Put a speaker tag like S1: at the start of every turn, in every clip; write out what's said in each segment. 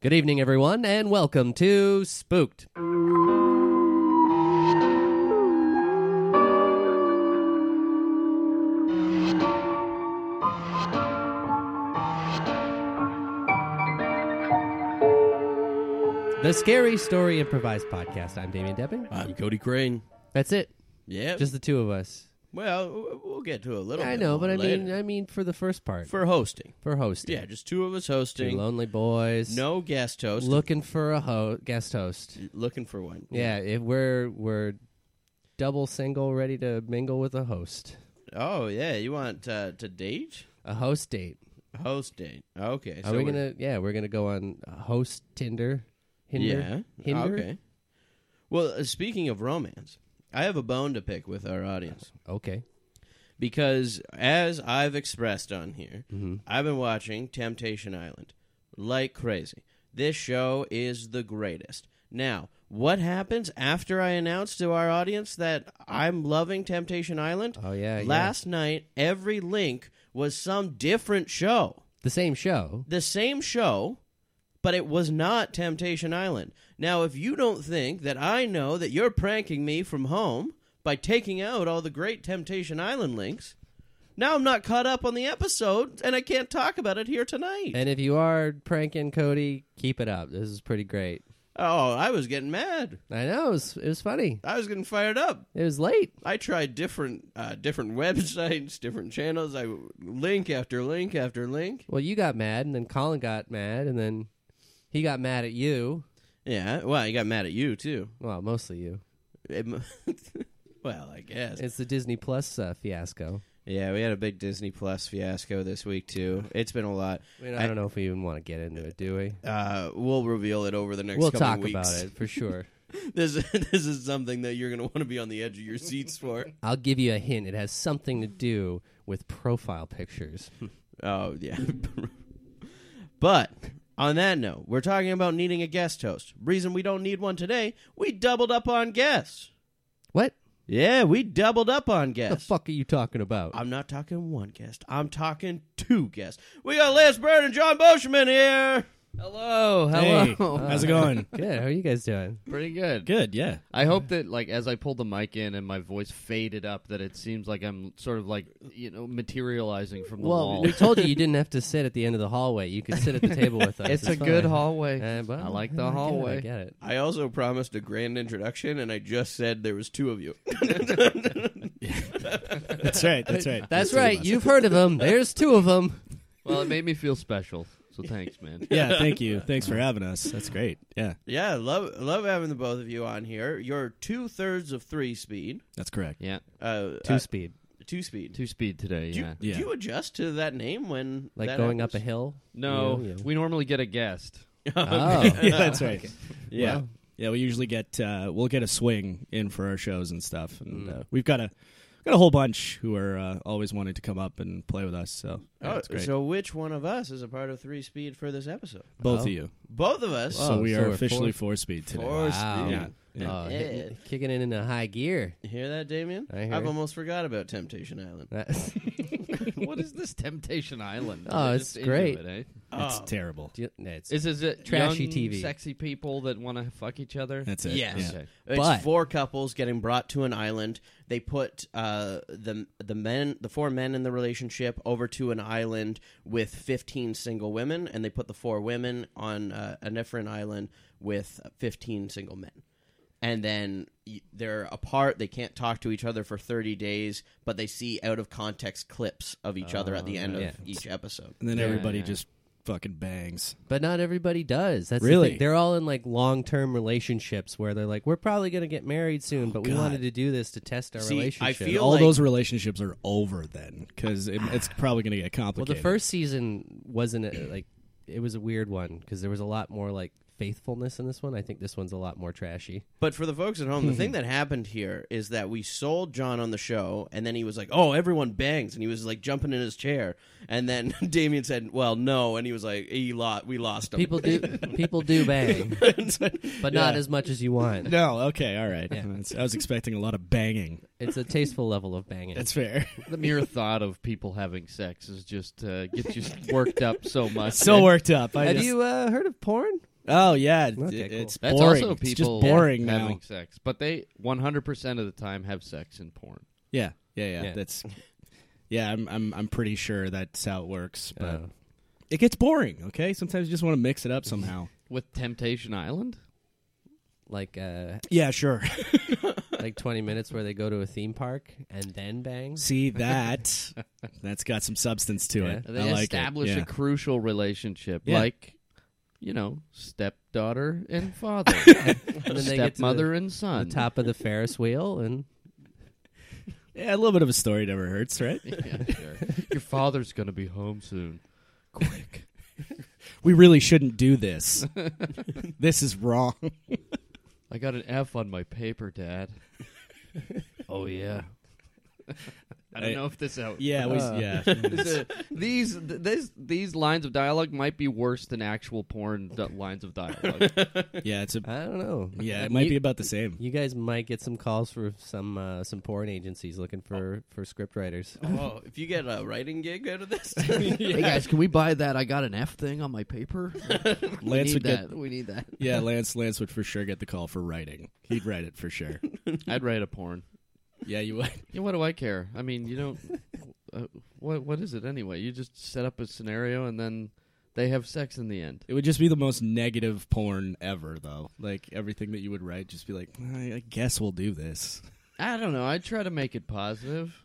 S1: Good evening, everyone, and welcome to Spooked. The Scary Story Improvised Podcast. I'm Damien Depping.
S2: I'm Uh, Cody Crane.
S1: That's it.
S2: Yeah.
S1: Just the two of us.
S2: well, w- we'll get to a little.
S1: I
S2: bit
S1: know,
S2: more
S1: but I
S2: later.
S1: mean, I mean for the first part for,
S2: for hosting.
S1: hosting.
S2: Yeah, just two of us
S1: Two
S2: hosting.
S1: lonely boys.
S2: No guest host.
S1: looking for a ho- guest host.
S2: looking for one.
S1: Yeah, if we're we're double single, ready to mingle with a host,
S2: Oh yeah, you want uh, to date?
S1: a host date.
S2: Host date. Okay.
S1: Are
S2: so
S1: we
S2: we're-
S1: gonna? Yeah, we're gonna go on uh, host Tinder. Hinder?
S2: Yeah. Ah,
S1: Hinder?
S2: Okay. Well, uh, speaking of romance, I have a bone to pick with our audience
S1: Okay.
S2: because, as I've expressed on here,
S1: Mm-hmm.
S2: I've been watching Temptation Island like crazy. This show is the greatest. Now, what happens after I announce to our audience that I'm loving Temptation Island?
S1: Oh yeah. yeah.
S2: Last night, every link was some different show
S1: the same show.
S2: the same show, but it was not Temptation Island. Now, if you don't think that I know that you're pranking me from home by taking out all the great Temptation Island links, now I'm not caught up on the episode and I can't talk about it here tonight.
S1: And if you are pranking Cody, keep it up. This is pretty great.
S2: oh, I was getting mad.
S1: I know it was, it was funny.
S2: I was getting fired up.
S1: It was late.
S2: I tried different uh, different websites, different channels. I link after link after link.
S1: Well, you got mad, and then Colin got mad, and then he got mad at you.
S2: Yeah, well, I got mad at you too.
S1: Well, mostly you.
S2: well, I guess.
S1: It's the Disney Plus uh, fiasco.
S2: Yeah, we had a big Disney Plus fiasco this week too. It's been a lot.
S1: I, mean, I don't know if we even want to get into it, do we?
S2: Uh, we'll reveal it over the next.
S1: We'll
S2: coming
S1: talk
S2: weeks.
S1: about it for sure.
S2: This this is something that you're going to want to be on the edge of your seats for.
S1: I'll give you a hint. It has something to do with profile pictures.
S2: oh yeah. but on that note, we're talking about needing a guest host. Reason we don't need one today: we doubled up on guests.
S1: What
S2: Yeah, we doubled up on
S1: the
S2: guests.
S1: fuck are you talking about?
S2: I'm not talking one guest. I'm talking two guests. We got Lance Bird and John Boschman here.
S1: Oh,
S3: Hello,
S4: Hey,
S3: hello.
S4: how's it going?
S1: Good. How are you guys doing?
S3: Pretty good.
S4: Good, yeah.
S3: I hope that, like, as I pulled the mic in and my voice faded up, that it seems like I'm sort of like, you know, materializing from the
S1: Well,
S3: wall.
S1: we told you you didn't have to sit at the end of the hallway. You could sit at the table with us.
S3: It's a good
S1: fine.
S3: hallway.
S1: Uh, well,
S3: I like
S1: I
S3: the
S1: get it, I
S3: hallway.
S1: get it.
S2: I also promised a grand introduction, and I just said there was two of you.
S4: That's right. That's right.
S1: That's
S4: the
S1: right.
S4: last-
S1: You've heard of them. There's two of them.
S3: well, it made me feel special. So thanks, man.
S4: Yeah, thank you. Thanks for having us. That's great. Yeah,
S2: yeah, love love having the both of you on here. You're two thirds of three speed.
S4: that's correct.
S3: Yeah,
S2: Uh,
S1: Two
S2: uh,
S1: speed,
S2: two speed.
S3: two speed today.
S2: do, you,
S3: Yeah.
S2: do
S4: Yeah.
S2: you adjust to that name when
S1: like
S2: that
S1: going up a
S2: happens?
S1: hill.
S3: No,
S1: You, you.
S3: we normally get a guest.
S1: Oh,
S4: Yeah, that's right. Yeah.
S1: Wow.
S4: Yeah, we usually get uh we'll get a swing in for our shows and stuff and uh, we've got a got a whole bunch who are uh, always wanting to come up and play with us. So, yeah,
S2: Oh,
S4: that's great.
S2: so which one of us is a part of three speed for this episode?
S4: Both
S1: Oh.
S4: of you.
S2: Both of us.
S1: Wow.
S4: so
S1: Oh,
S4: we
S1: so
S4: are
S1: we're
S4: officially
S1: four-
S4: four speed today.
S1: Wow.
S2: Four speed.
S4: Yeah. Yeah.
S1: Oh, hitting it- kicking it into high gear.
S2: You hear that, Damien?
S1: I hear
S2: I've
S1: it.
S2: almost forgot about Temptation Island.
S1: That's-
S3: what is this Temptation Island?
S1: Oh,
S3: They're
S1: it's
S3: just into
S1: great.
S3: It, eh?
S4: It's
S2: Oh.
S4: terrible.
S1: Do you- no, it's-
S3: Is is it
S1: Trashy
S3: young,
S1: TV.
S3: sexy people that want to fuck each other?
S4: That's it.
S2: Yes.
S4: Yeah.
S3: Okay.
S2: It's
S1: But-
S2: four couples getting brought to an island. They put uh, the the men, the four men in the relationship, over to an island with fifteen single women, and they put the four women on uh, a different island with fifteen single men. And then y- they're apart. They can't talk to each other for thirty days, but they see out of context clips of each other at the end
S1: yeah.
S2: of each episode.
S4: And then everybody
S3: yeah.
S4: just fucking bangs.
S1: But not everybody does. That's the
S4: Really?
S1: thing. They're all in like long term relationships where they're like, we're probably going to get married soon, but we
S4: Oh, God.
S1: wanted to do this to test our
S2: See, I
S1: relationship.
S2: feel-
S4: all
S2: like-
S4: those relationships are over then because it, it's probably going to get
S1: well,
S4: complicated.
S1: the first season wasn't uh, like it was a weird one because there was a lot more like faithfulness in this one. I think this one's a lot more trashy.
S2: But for the folks at home, the thing that happened here is that we sold John on the show, and then he was like, "Oh, everyone bangs," and he was like jumping in his chair, and then Damien said, "Well, no," and he was like, "He lost, we lost him."
S1: People do people do bang,
S2: It's like-
S1: but not
S4: Yeah.
S1: as much as you want.
S4: No, okay, all right.
S1: Yeah.
S4: That's- I was expecting a lot of banging.
S1: It's a tasteful level of banging.
S4: That's fair.
S3: The mere thought of people having sex is just uh, gets you worked up so much.
S4: so worked up. I
S1: Have
S4: just,
S1: you uh, heard of porn?
S4: Oh yeah, it-
S1: Okay, cool.
S4: it's
S3: That's
S4: boring.
S3: also people
S4: it's just boring now.
S3: having sex, but they 100 percent of the time have sex in porn.
S4: Yeah, yeah, yeah,
S1: Yeah.
S4: That's yeah. I'm I'm I'm pretty sure that's how it works, but
S1: Oh.
S4: it gets boring. Okay, sometimes you just want to mix it up somehow.
S3: With Temptation Island,
S1: like uh,
S4: yeah, sure.
S1: like twenty minutes where they go to a theme park and then bang.
S4: See that that's got some substance to it.
S3: they
S4: I like
S3: establish
S4: it.
S3: a crucial relationship,
S4: Yeah.
S3: like you know, stepdaughter and father,
S1: And then they get to
S3: stepmother and
S1: the
S3: son.
S1: top of the Ferris wheel and
S4: yeah. yeah, a little bit of a story never hurts, right?
S3: Yeah, sure. Your father's gonna be home soon. Quick.
S4: We really shouldn't do this. this is wrong.
S3: I got an F on my paper, Dad. oh yeah. I don't
S4: I-
S3: know if this out.
S4: Yeah, we,
S1: Uh.
S4: yeah.
S3: This is- these th- this these lines of dialogue might be worse than actual porn d- lines of dialogue.
S4: Yeah, it's a
S1: I don't know.
S4: yeah, it might be about the same.
S1: You guys might get some calls for some uh, some porn agencies looking for for script writers.
S2: Oh, if you get a writing gig out of this,
S3: Hey guys, can we buy that? I got an F thing on my paper. we
S4: Lance
S3: need
S4: would
S3: that.
S4: get-
S3: We need that.
S4: Yeah, Lance Lance would for sure get the call for writing. He'd write it for sure.
S3: I'd write a porn.
S4: Yeah, you would.
S3: Yeah, what do I care? I mean, you don't. Uh, what what is it anyway? You just set up a scenario and then they have sex in the end.
S4: It would just be the most negative porn ever, though. Like everything that you would write, just be like, I, I guess we'll do this.
S3: I don't know. I try to make it positive.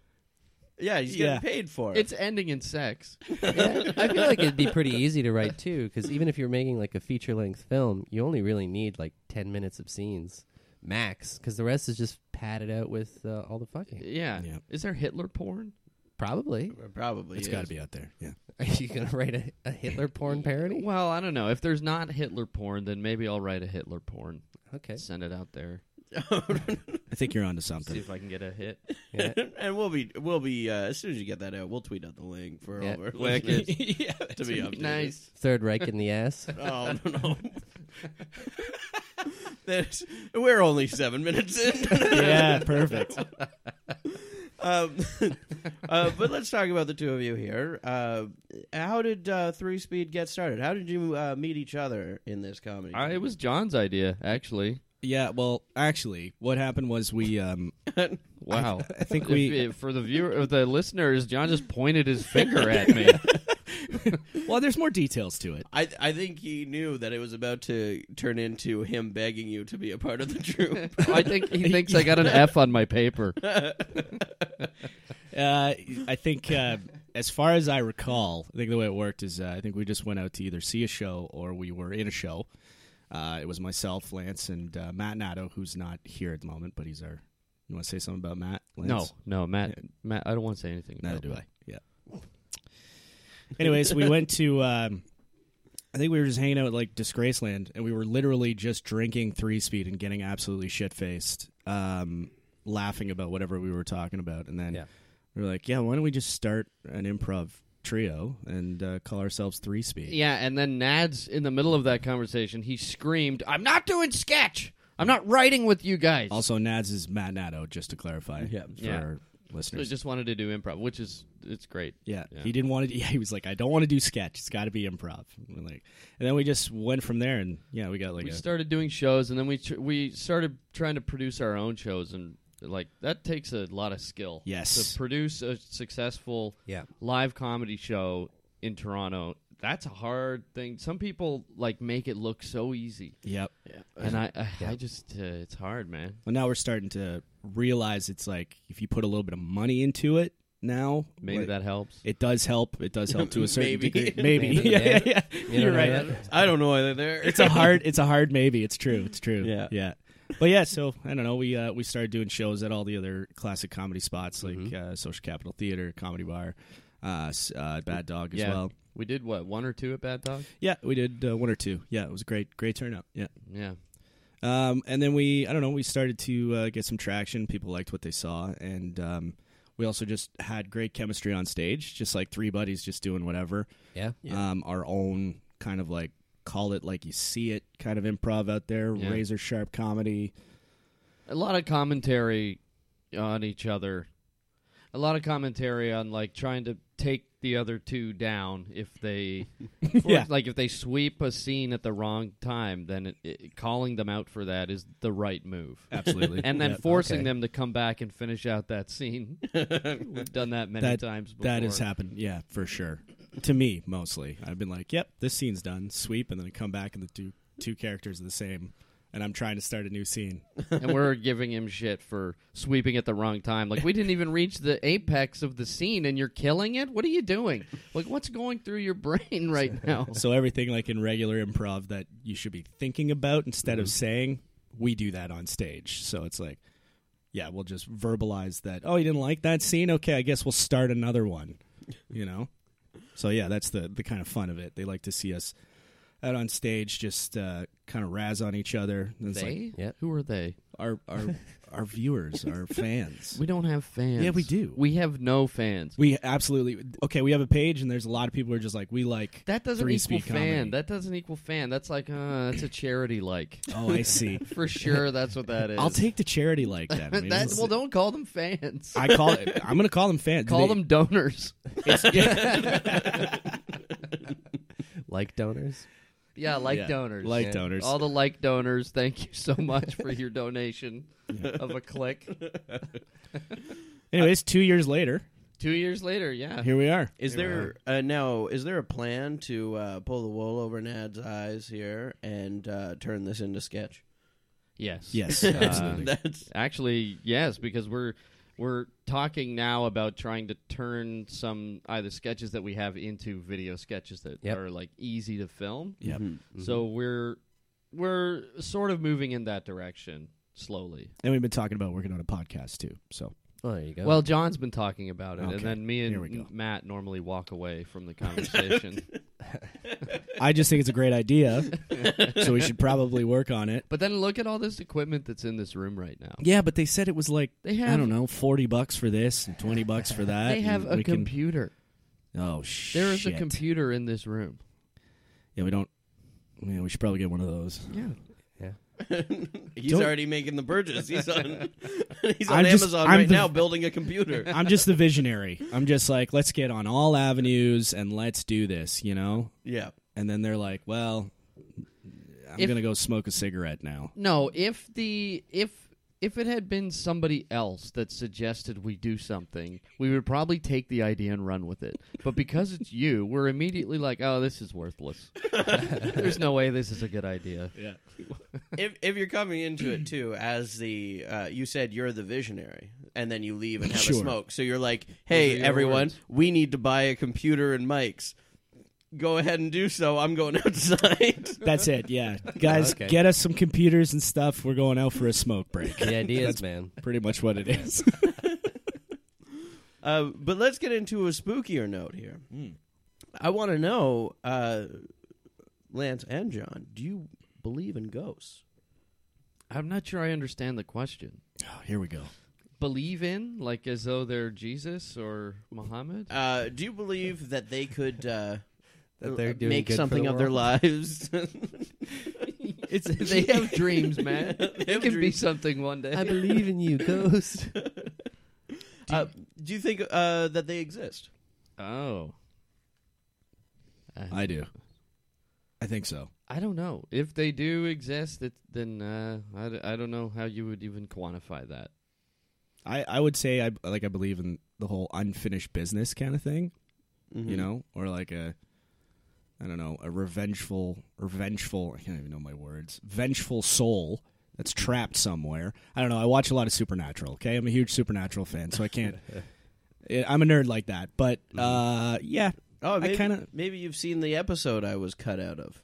S2: yeah, he's
S4: Yeah.
S2: getting paid for it.
S3: It's ending in sex.
S1: Yeah, I feel like it'd be pretty easy to write too, because even if you're making like a feature length film, you only really need like ten minutes of scenes max, because the rest is just padded out with uh, all the fucking.
S3: Yeah.
S4: Yeah.
S3: Is there Hitler porn?
S1: Probably,
S2: probably
S4: It's
S2: is.
S4: got to be out there. Yeah.
S1: are you gonna write a, a Hitler porn parody?
S3: Well, I don't know. If there's not Hitler porn, then maybe I'll write a Hitler porn.
S1: Okay,
S3: Send it out there.
S4: I think you're onto
S3: See
S4: something.
S3: if I can get a hit.
S1: yeah.
S2: and we'll be we'll be uh, as soon as you get that out, we'll tweet out the link for
S1: Yeah.
S2: all over
S3: Wicked.
S2: yeah, to be updated.
S3: nice.
S1: Third Reich in the ass.
S2: Oh no. no. That's- we're only seven minutes in.
S4: yeah, perfect.
S2: um, uh, but let's talk about the two of you here. Uh, how did uh, Three Speed get started? How did you uh, meet each other in this comedy?
S3: I, it was John's idea, actually.
S4: Yeah. Well, actually, what happened was we. Um,
S3: Wow.
S4: I think we-
S3: If- if- for the viewer, or the listeners, John just pointed his finger at me.
S4: well, there's more details to it.
S2: I, I think he knew that it was about to turn into him begging you to be a part of the troupe.
S3: I think he thinks I got an F on my paper.
S4: Uh, I think, uh, as far as I recall, I think the way it worked is uh, I think we just went out to either see a show or we were in a show. Uh, it was myself, Lance, and uh, Matt Nato, who's not here at the moment, but he's our. You want to say something about Matt? Lance?
S3: No, no, Matt. Matt, I don't want to say anything.
S4: Neither
S3: about
S4: do
S3: it.
S4: I. Yeah. Anyways, we went to. Um, I think we were just hanging out at like Disgraceland, and we were literally just drinking three speed and getting absolutely shit faced, um, laughing about whatever we were talking about, and then
S1: Yeah.
S4: we were like, "Yeah, why don't we just start an improv trio and uh, call ourselves Three Speed?"
S3: Yeah, and then Nads, in the middle of that conversation, he screamed, "I'm not doing sketch. I'm not writing with you guys."
S4: Also, Nads is Matt Nato, just to clarify
S2: Yeah.
S4: for
S3: Yeah.
S4: our
S3: So he
S4: listeners.
S3: just wanted to do improv, which is it's great.
S4: Yeah.
S3: Yeah.
S4: He didn't want to. Yeah, he was like, I don't want to do sketch. It's got to be improv. And we're like, and then we just went from there, and yeah, we got like
S3: we
S4: a,
S3: started doing shows, and then we tr- we started trying to produce our own shows, and like that takes a lot of skill.
S4: Yes.
S3: to produce a successful
S1: Yeah.
S3: live comedy show in Toronto, that's a hard thing. Some people like make it look so easy,
S4: Yep.
S3: and I I, I just uh, it's hard, man.
S4: Well, now we're starting to realize it's like if you put a little bit of money into it now,
S3: Maybe
S4: like,
S3: that helps.
S4: it does help. It does help to a certain
S2: Maybe.
S4: degree. Maybe.
S1: Maybe,
S4: yeah,
S1: yeah.
S4: yeah, yeah.
S1: You
S4: You're
S1: don't
S4: right.
S1: know that?
S2: I don't know either. There,
S4: It's a hard. It's a hard maybe. It's true. It's true.
S2: Yeah.
S4: Yeah. But yeah, so I don't know. We uh, we started doing shows at all the other classic comedy spots like uh, Social Capital Theater, Comedy Bar, uh, s- uh, Bad Dog as
S3: yeah,
S4: well.
S3: we did what one or two at Bad Dog.
S4: Yeah, we did uh, one or two. Yeah, it was a great, great turnout. Yeah.
S3: Yeah,
S4: Um, and then we, I don't know, we started to uh, get some traction. People liked what they saw, and um, we also just had great chemistry on stage, just like three buddies just doing whatever.
S1: Yeah.
S4: Um, our own kind of like call it like you see it kind of improv out there,
S3: Yeah.
S4: razor sharp comedy.
S3: a lot of commentary on each other, a lot of commentary on like trying to take the other two down if they
S4: Yeah.
S3: like if they sweep a scene at the wrong time then it, it, calling them out for that is the right move
S4: Absolutely.
S3: and then
S4: Yep.
S3: forcing
S1: okay.
S3: them to come back and finish out that scene we've done that many
S4: That-
S3: times before
S4: That has happened, yeah, for sure. To me, mostly. I've been like, "Yep, this scene's done." Sweep, and then I come back, and the two two characters are the same, and I'm trying to start a new scene.
S3: and we're giving him shit for sweeping at the wrong time like we didn't even reach the apex of the scene and you're killing it what are you doing like what's going through your brain right now
S4: So everything like in regular improv that you should be thinking about instead of
S3: Mm-hmm.
S4: saying, we do that on stage. So it's like, yeah, we'll just verbalize that. Oh, you didn't like that scene? Okay, I guess we'll start another one. You know. So yeah, that's the the kind of fun of it. They like to see us out on stage, just uh, kind of razz on each other. And it's like
S3: they
S1: Yep.
S3: who are they
S4: our our our viewers, our fans.
S3: we don't have fans
S4: Yeah, we do.
S3: we have no fans
S4: We absolutely okay. We have a page, and there's a lot of people who are just like we like.
S3: That doesn't
S4: Three
S3: equal
S4: speed
S3: fan.
S4: comedy.
S3: That doesn't equal fan. That's like uh that's a charity like.
S4: Oh, I see.
S3: For sure that's what that is.
S4: I'll take the charity like that. I mean,
S3: that
S4: it's-
S3: well don't call them fans.
S4: I call it. I'm gonna call them fans. Do
S3: call
S4: they-
S3: them donors.
S1: like donors.
S3: Yeah, like
S4: Yeah,
S3: donors.
S4: like donors.
S3: All the like donors, thank you so much for your donation of a click.
S4: Anyways, two years later,
S3: Two years later, yeah.
S4: here we are.
S2: Is there uh, now? Is there a plan to uh, pull the wool over Nad's eyes here and uh, turn this into sketch?
S3: Yes.
S4: Yes,
S3: Uh,
S4: absolutely.
S2: That's
S3: Actually, yes, because we're we're talking now about trying to turn some either sketches that we have into video sketches that
S1: Yep.
S3: are like easy to film.
S4: Yep.
S2: Mm-hmm.
S3: So we're we're sort of moving in that direction slowly.
S4: And we've been talking about working on a podcast too. So
S1: Oh, there you go.
S3: Well, John's been talking about it,
S4: Okay.
S3: and then me
S4: Here we go.
S3: and Matt normally walk away from the conversation.
S4: I just think it's a great idea. so we should probably work on it.
S3: but then look at all this equipment that's in this room right now.
S4: Yeah, but they said it was like
S3: They have
S4: I don't know, forty bucks for this and twenty bucks for that.
S3: they have
S4: and
S3: a
S4: we can-
S3: computer.
S4: Oh shit!
S3: There is a computer in this room.
S4: Yeah, we don't. Yeah, we should probably get one of those.
S3: Yeah.
S2: he's
S4: Don't-
S2: already making the purchase. He's on. he's on Amazon
S4: I'm just- I'm
S2: right
S4: the-
S2: now, building a computer.
S4: I'm just the visionary. I'm just like, let's get on all avenues and let's do this. You know.
S2: yeah.
S4: And then they're like, well, I'm
S3: If-
S4: gonna go smoke a cigarette now.
S3: No, if the if if it had been somebody else that suggested we do something, we would probably take the idea and run with it. But because it's you, we're immediately like, "Oh, this is worthless. There's no way this is a good idea."
S4: Yeah.
S2: if if you're coming into it too as the uh, you said you're the visionary and then you leave and have a
S4: Sure.
S2: smoke so you're like hey
S3: are your
S2: everyone
S3: words.
S2: we need to buy a computer and mics go ahead and do so i'm going outside
S4: That's it. Yeah, guys,
S1: Okay.
S4: get us some computers and stuff. We're going out for a smoke break.
S1: the ideas, man.
S4: Pretty much what it is.
S2: uh, but let's get into a spookier note here
S4: Hmm.
S2: i want to know uh, lance and john do you believe in ghosts
S3: I'm not sure I understand the question.
S4: oh, here we go.
S3: Believe in, like as though they're Jesus or Muhammad?
S2: uh, do you believe that they could uh,
S1: That they're doing
S2: make
S1: good for
S2: something
S1: the
S2: of their
S1: world?
S2: lives
S3: It's they have dreams, man.
S2: They
S3: They,
S2: have
S3: can be
S2: dreams.
S3: something one day.
S1: I believe in you, ghost.
S2: Uh, do you think uh, that they exist?
S3: oh. I,
S4: I do. I think so.
S3: I don't know if they do exist. It, then uh, I, d- I don't know how you would even quantify that.
S4: I, I would say I like I believe in the whole unfinished business kind of thing,
S2: Mm-hmm.
S4: you know, or like a I don't know a revengeful or vengeful I can't even know my words vengeful soul that's trapped somewhere. I don't know. I watch a lot of Supernatural. Okay, I'm a huge Supernatural fan, so I can't. Yeah, I'm a nerd like that, but uh, yeah.
S2: Oh,
S4: I
S2: maybe,
S4: kinda-
S2: maybe you've seen the episode I was cut out of.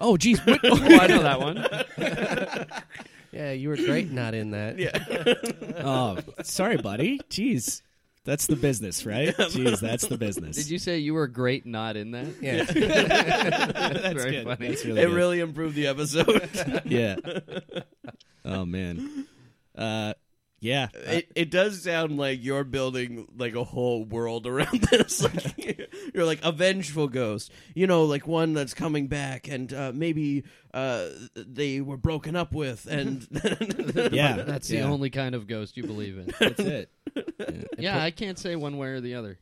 S4: Oh, geez, what,
S3: oh, I know that one.
S1: yeah, you were great not in that. Yeah.
S4: Oh, sorry, buddy. Jeez. That's the business, right? Jeez, that's the business.
S3: Did you say you were great not in that? That's very
S4: good.
S3: funny.
S4: That's really
S2: It
S4: good.
S2: really improved the episode.
S4: Yeah. Oh man. Uh yeah.
S2: it, it does sound like you're building like a whole world around this. Like, you're like a vengeful ghost, you know, like one that's coming back, and uh, maybe uh, they were broken up with, and
S4: yeah.
S3: That's
S4: yeah.
S3: the only kind of ghost you believe in.
S4: That's it.
S3: yeah, I can't say one way or the other.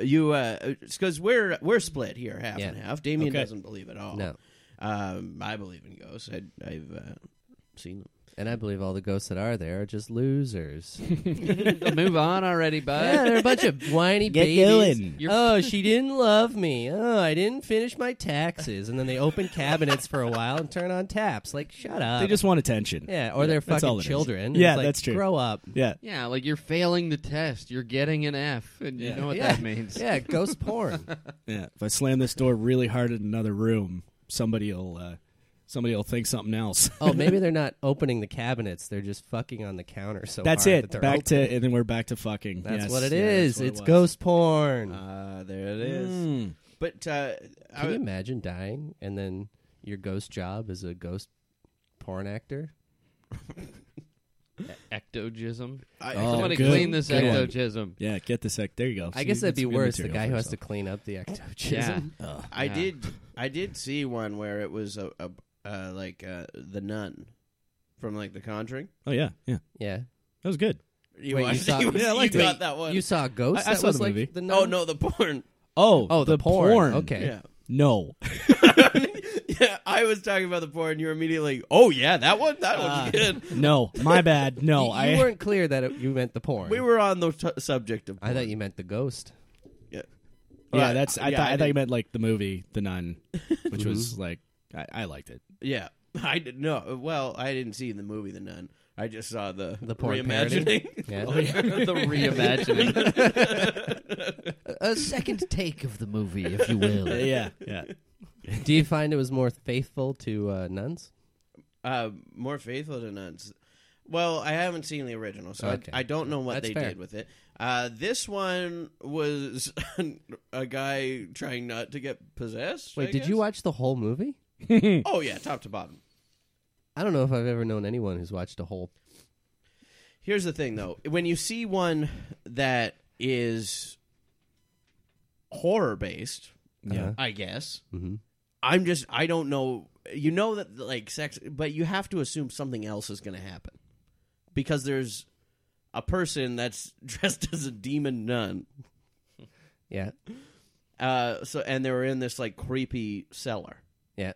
S2: you because we're we're split here half
S1: Yeah.
S2: and half. Damien
S4: Okay.
S2: doesn't believe at all.
S1: No.
S2: um, I believe in ghosts. I, I've uh, seen them.
S1: And I believe all the ghosts that are there are just losers.
S3: Move on already,
S1: yeah,
S3: bud.
S1: they're a bunch of whiny
S4: Get
S1: babies.
S4: going.
S3: You're-
S1: Oh, she didn't love me. Oh, I didn't finish my taxes. And then they open cabinets for a while and turn on taps. Like, shut up.
S4: They just want attention.
S1: yeah, or they're
S4: that's all
S1: fucking
S4: it is.
S1: children.
S4: Yeah,
S1: It's like,
S4: that's true.
S1: Grow up.
S4: Yeah.
S3: Yeah, like you're failing the test. You're getting an F, and you
S4: Yeah.
S3: know what
S1: Yeah.
S3: that means.
S1: Yeah, ghost porn.
S4: Yeah. If I slam this door really hard in another room, somebody'll uh, somebody'll think something else.
S1: oh, maybe they're not opening the cabinets. They're just fucking on the counter. So
S4: That's
S1: hard
S4: it.
S1: That they're
S4: back
S1: open.
S4: to and then we're back to fucking.
S1: That's
S4: Yes,
S1: what it
S4: yeah,
S1: is.
S4: that's what
S1: it's
S4: was.
S1: ghost porn.
S2: Uh, there it
S4: Mm.
S2: But uh,
S1: Can
S2: I-
S1: you imagine dying and then your ghost job is a ghost porn actor?
S3: Ectogism.
S2: I,
S4: Oh,
S3: Somebody
S4: good-
S3: clean this
S4: good one.
S3: ectogism.
S4: Yeah, get the sec. There you go.
S1: I guess that'd be worse. The guy who has to
S4: to.
S1: clean up the ectogism.
S3: Yeah.
S4: Uh,
S2: I
S3: Yeah.
S2: did. I did see one where it was a, a uh, like uh, the nun from like The Conjuring.
S4: Oh yeah, yeah.
S1: Yeah.
S4: That was good.
S2: You
S1: Wait, you
S2: watched
S1: saw-
S2: it. You,
S4: Yeah, I liked
S2: you
S4: it.
S2: got that one.
S1: You saw a ghost?
S4: I- I
S1: that
S4: saw
S1: was
S4: the
S1: like
S4: movie.
S1: The nun?
S2: oh no, the porn.
S4: Oh,
S1: Oh, the, porn. Okay.
S2: Yeah,
S4: No.
S2: yeah. I was talking about the porn. You were immediately, oh yeah, that one. That one's
S4: Ah.
S2: good.
S4: No, my bad. No,
S1: you,
S4: I
S1: you weren't clear that it, you meant the porn.
S2: We were on the t- subject of.
S1: I thought you meant the ghost.
S2: Yeah.
S4: Yeah, that's. I
S2: yeah,
S4: thought. I, Mm-hmm. thought you
S2: didn't-
S4: meant like the movie, The Nun, which was like. I, I liked it.
S2: Yeah, I did no. Well, I didn't see the movie The Nun. I just saw the
S1: The porn
S2: reimagining.
S1: Yeah.
S3: the reimagining. a second take of the movie, if you will.
S4: yeah, yeah.
S1: Do you find it was more faithful to uh, nuns?
S2: Uh, more faithful to nuns. Well, I haven't seen the original, so I-
S1: Okay.
S2: I, don't know what
S1: That's
S2: they
S1: fair.
S2: did with it. Uh, this one was a guy trying not to get possessed.
S1: Wait,
S2: I
S1: did you
S2: guess?
S1: watch the whole movie?
S2: Oh yeah, top to bottom.
S1: I don't know if I've ever known anyone who's watched a whole.
S2: Here's the thing, though. When you see one that is horror based,
S4: Yeah.
S2: I guess
S1: Mhm.
S2: I'm just I don't know. You know that like sex, but you have to assume something else is going to happen because there's a person that's dressed as a demon nun.
S1: Yeah.
S2: Uh, so and they were in this like creepy cellar,
S1: Yeah.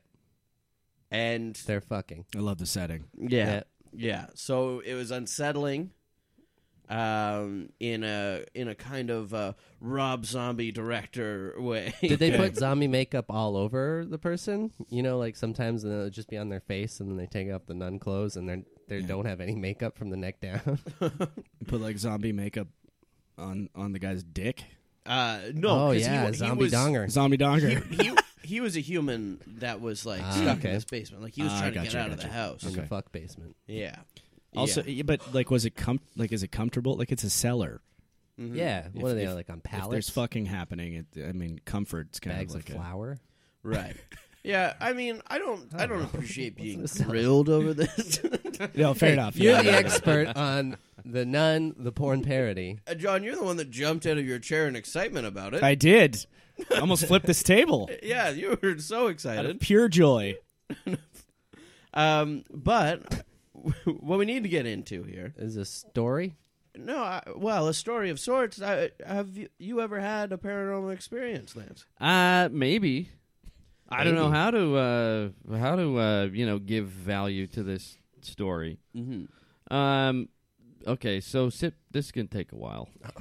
S2: and
S1: They're fucking.
S4: I love the setting.
S2: yeah,
S1: Yeah.
S2: yeah, So it was unsettling. Um, in a in a kind of uh, Rob Zombie director way.
S1: Did they
S4: Okay.
S1: put zombie makeup all over the person? You know, like sometimes it'll just be on their face, and then they take off the nun clothes, and they they
S4: Yeah.
S1: don't have any makeup from the neck down.
S4: Put like zombie makeup on on the guy's dick.
S2: uh, no,
S1: oh
S2: 'cause
S1: yeah,
S2: he, he
S1: zombie
S2: was,
S1: donger.
S4: Zombie donger.
S2: he, he, he was a human that was like
S1: Ah,
S2: stuck
S1: okay.
S2: in this basement. Like he was
S4: Ah,
S2: trying to
S4: gotcha,
S2: get out of
S4: gotcha.
S2: the house.
S1: in the
S4: Okay.
S1: fuck basement.
S2: Yeah.
S4: Also, yeah, but like, was it com- like is it comfortable? Like, it's a cellar.
S2: Mhm.
S1: Yeah, what
S4: Mm-hmm. If-
S1: are they
S4: if-
S1: like on
S4: If
S1: pallets?
S4: there's fucking happening, it, I mean, comfort's kind
S1: bags
S4: of
S1: of
S4: like a-
S1: flour.
S2: Right. Yeah, I mean, I don't, I don't appreciate being
S1: Oh, What's this?
S2: grilled over this. Uh,
S4: No, fair enough.
S1: You're
S4: Yeah,
S1: the
S4: yeah,
S1: expert on the nun, the porn parody.
S2: Uh, John, you're the one that jumped out of your chair in excitement about it.
S4: I did. I almost flipped this table.
S2: yeah, you were so
S4: Out of
S2: excited.
S4: pure joy.
S2: Um, but what we need to get into here,
S1: Is a story?
S2: no, I, well, a story of sorts. I, have you, you ever had a paranormal experience, Lance?
S3: Uh, maybe. I don't know
S1: Maybe.
S3: how to uh, how to uh, you know give value to this story.
S2: Mm-hmm.
S3: Um, okay, so sip. This can take a while.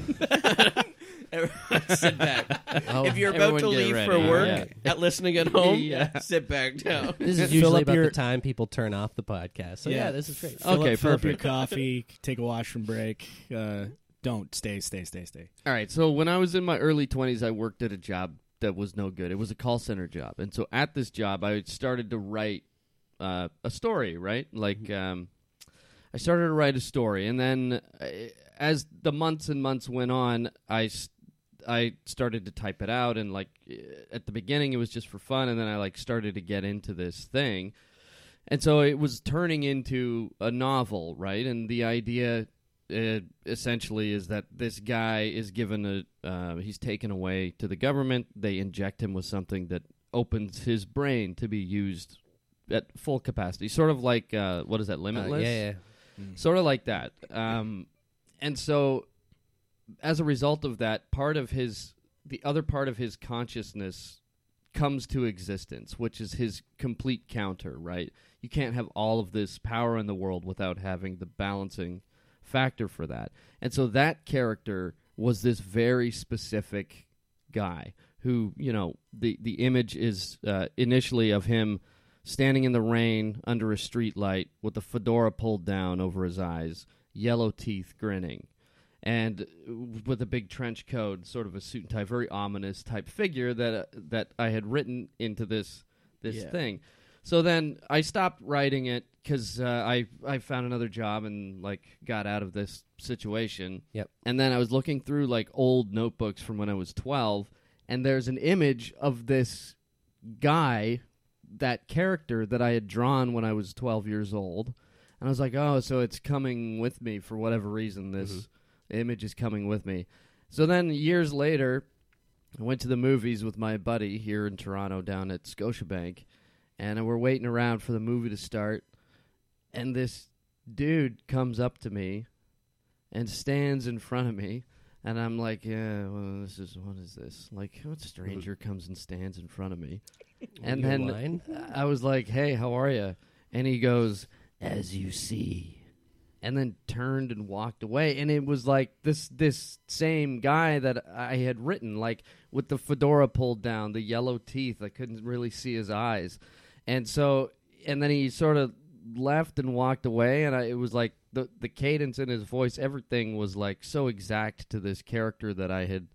S2: sit back.
S1: Oh,
S2: If you're about
S3: Everyone
S2: to
S3: get
S2: leave
S3: ready.
S2: for work
S3: Yeah.
S2: at listening at home,
S3: Yeah.
S2: sit back down.
S1: this is
S4: fill
S1: usually
S4: up
S1: about
S4: your-
S1: the time people turn off the podcast. So yeah,
S4: Yeah.
S1: this is great.
S4: Fill
S3: Okay,
S4: up, fill up your
S3: perfect.
S4: coffee. Take a washroom break. Uh, don't stay, stay, stay, stay.
S3: All right. So when I was in my early twenties, I worked at a job that was no good. It was a call center job, and so at this job, I started to write uh, a story. Right, like
S2: Mm-hmm.
S3: um, I started to write a story, and then uh, as the months and months went on, I s- I started to type it out, and like uh, at the beginning, it was just for fun, and then I like started to get into this thing. And so it was turning into a novel, right? And the idea uh, essentially is that this guy is given a uh, he's taken away to the government. They inject him with something that opens his brain to be used at full capacity, sort of like uh, what is that
S1: Uh,
S3: limitless?
S1: yeah, yeah.
S3: sort of like that. Um, and so, as a result of that, part of his the other part of his consciousness comes to existence, which is his complete counter, right? You can't have all of this power in the world without having the balancing factor for that. And so that character was this very specific guy who, you know, the the image is uh, initially of him standing in the rain under a streetlight with the fedora pulled down over his eyes, yellow teeth grinning and with a big trench coat, sort of a suit and tie, very ominous type figure that uh, that I had written into this this
S2: Yeah.
S3: thing. So then I stopped writing it because uh, I I found another job and like got out of this situation.
S1: Yep.
S3: And then I was looking through like old notebooks from when I was twelve, and there's an image of this guy, that character that I had drawn when I was twelve years old. And I was like, oh, so it's coming with me for whatever reason. This image is coming with me. So then years later, I went to the movies with my buddy here in Toronto down at Scotiabank, and we're waiting around for the movie to start. And this dude comes up to me and stands in front of me. And I'm like, yeah, well, this is what is this? Like, what stranger comes and stands in front of me? And
S1: Your
S3: then
S1: line?
S3: I was like, "Hey, how are you?" And he goes, "As you see," and then turned and walked away. And it was like this this same guy that I had written, like with the fedora pulled down, the yellow teeth. I couldn't really see his eyes, and so and then he sort of left and walked away. And I, it was like the the cadence in his voice, everything was like so exact to this character that I had.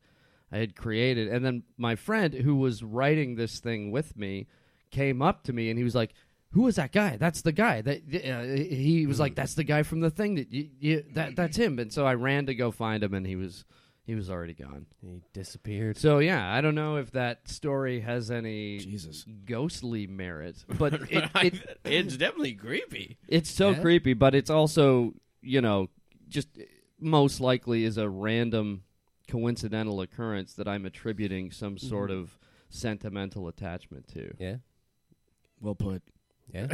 S3: I had created. And then my friend who was writing this thing with me came up to me and he was like, "Who was that guy? That's the guy that uh, he was like, that's the guy from the thing that you, you that that's him." And so I ran to go find him, and he was he was already gone.
S1: He disappeared.
S3: So yeah, I don't know if that story has any
S4: Jesus.
S3: ghostly merit, but it, it
S2: it's definitely creepy.
S3: it's so
S1: Yeah.
S3: creepy, but it's also, you know, just most likely is a random coincidental occurrence that I'm attributing some sort of sentimental attachment to.
S1: Mm-hmm. Yeah.
S4: Well put.
S1: Yeah.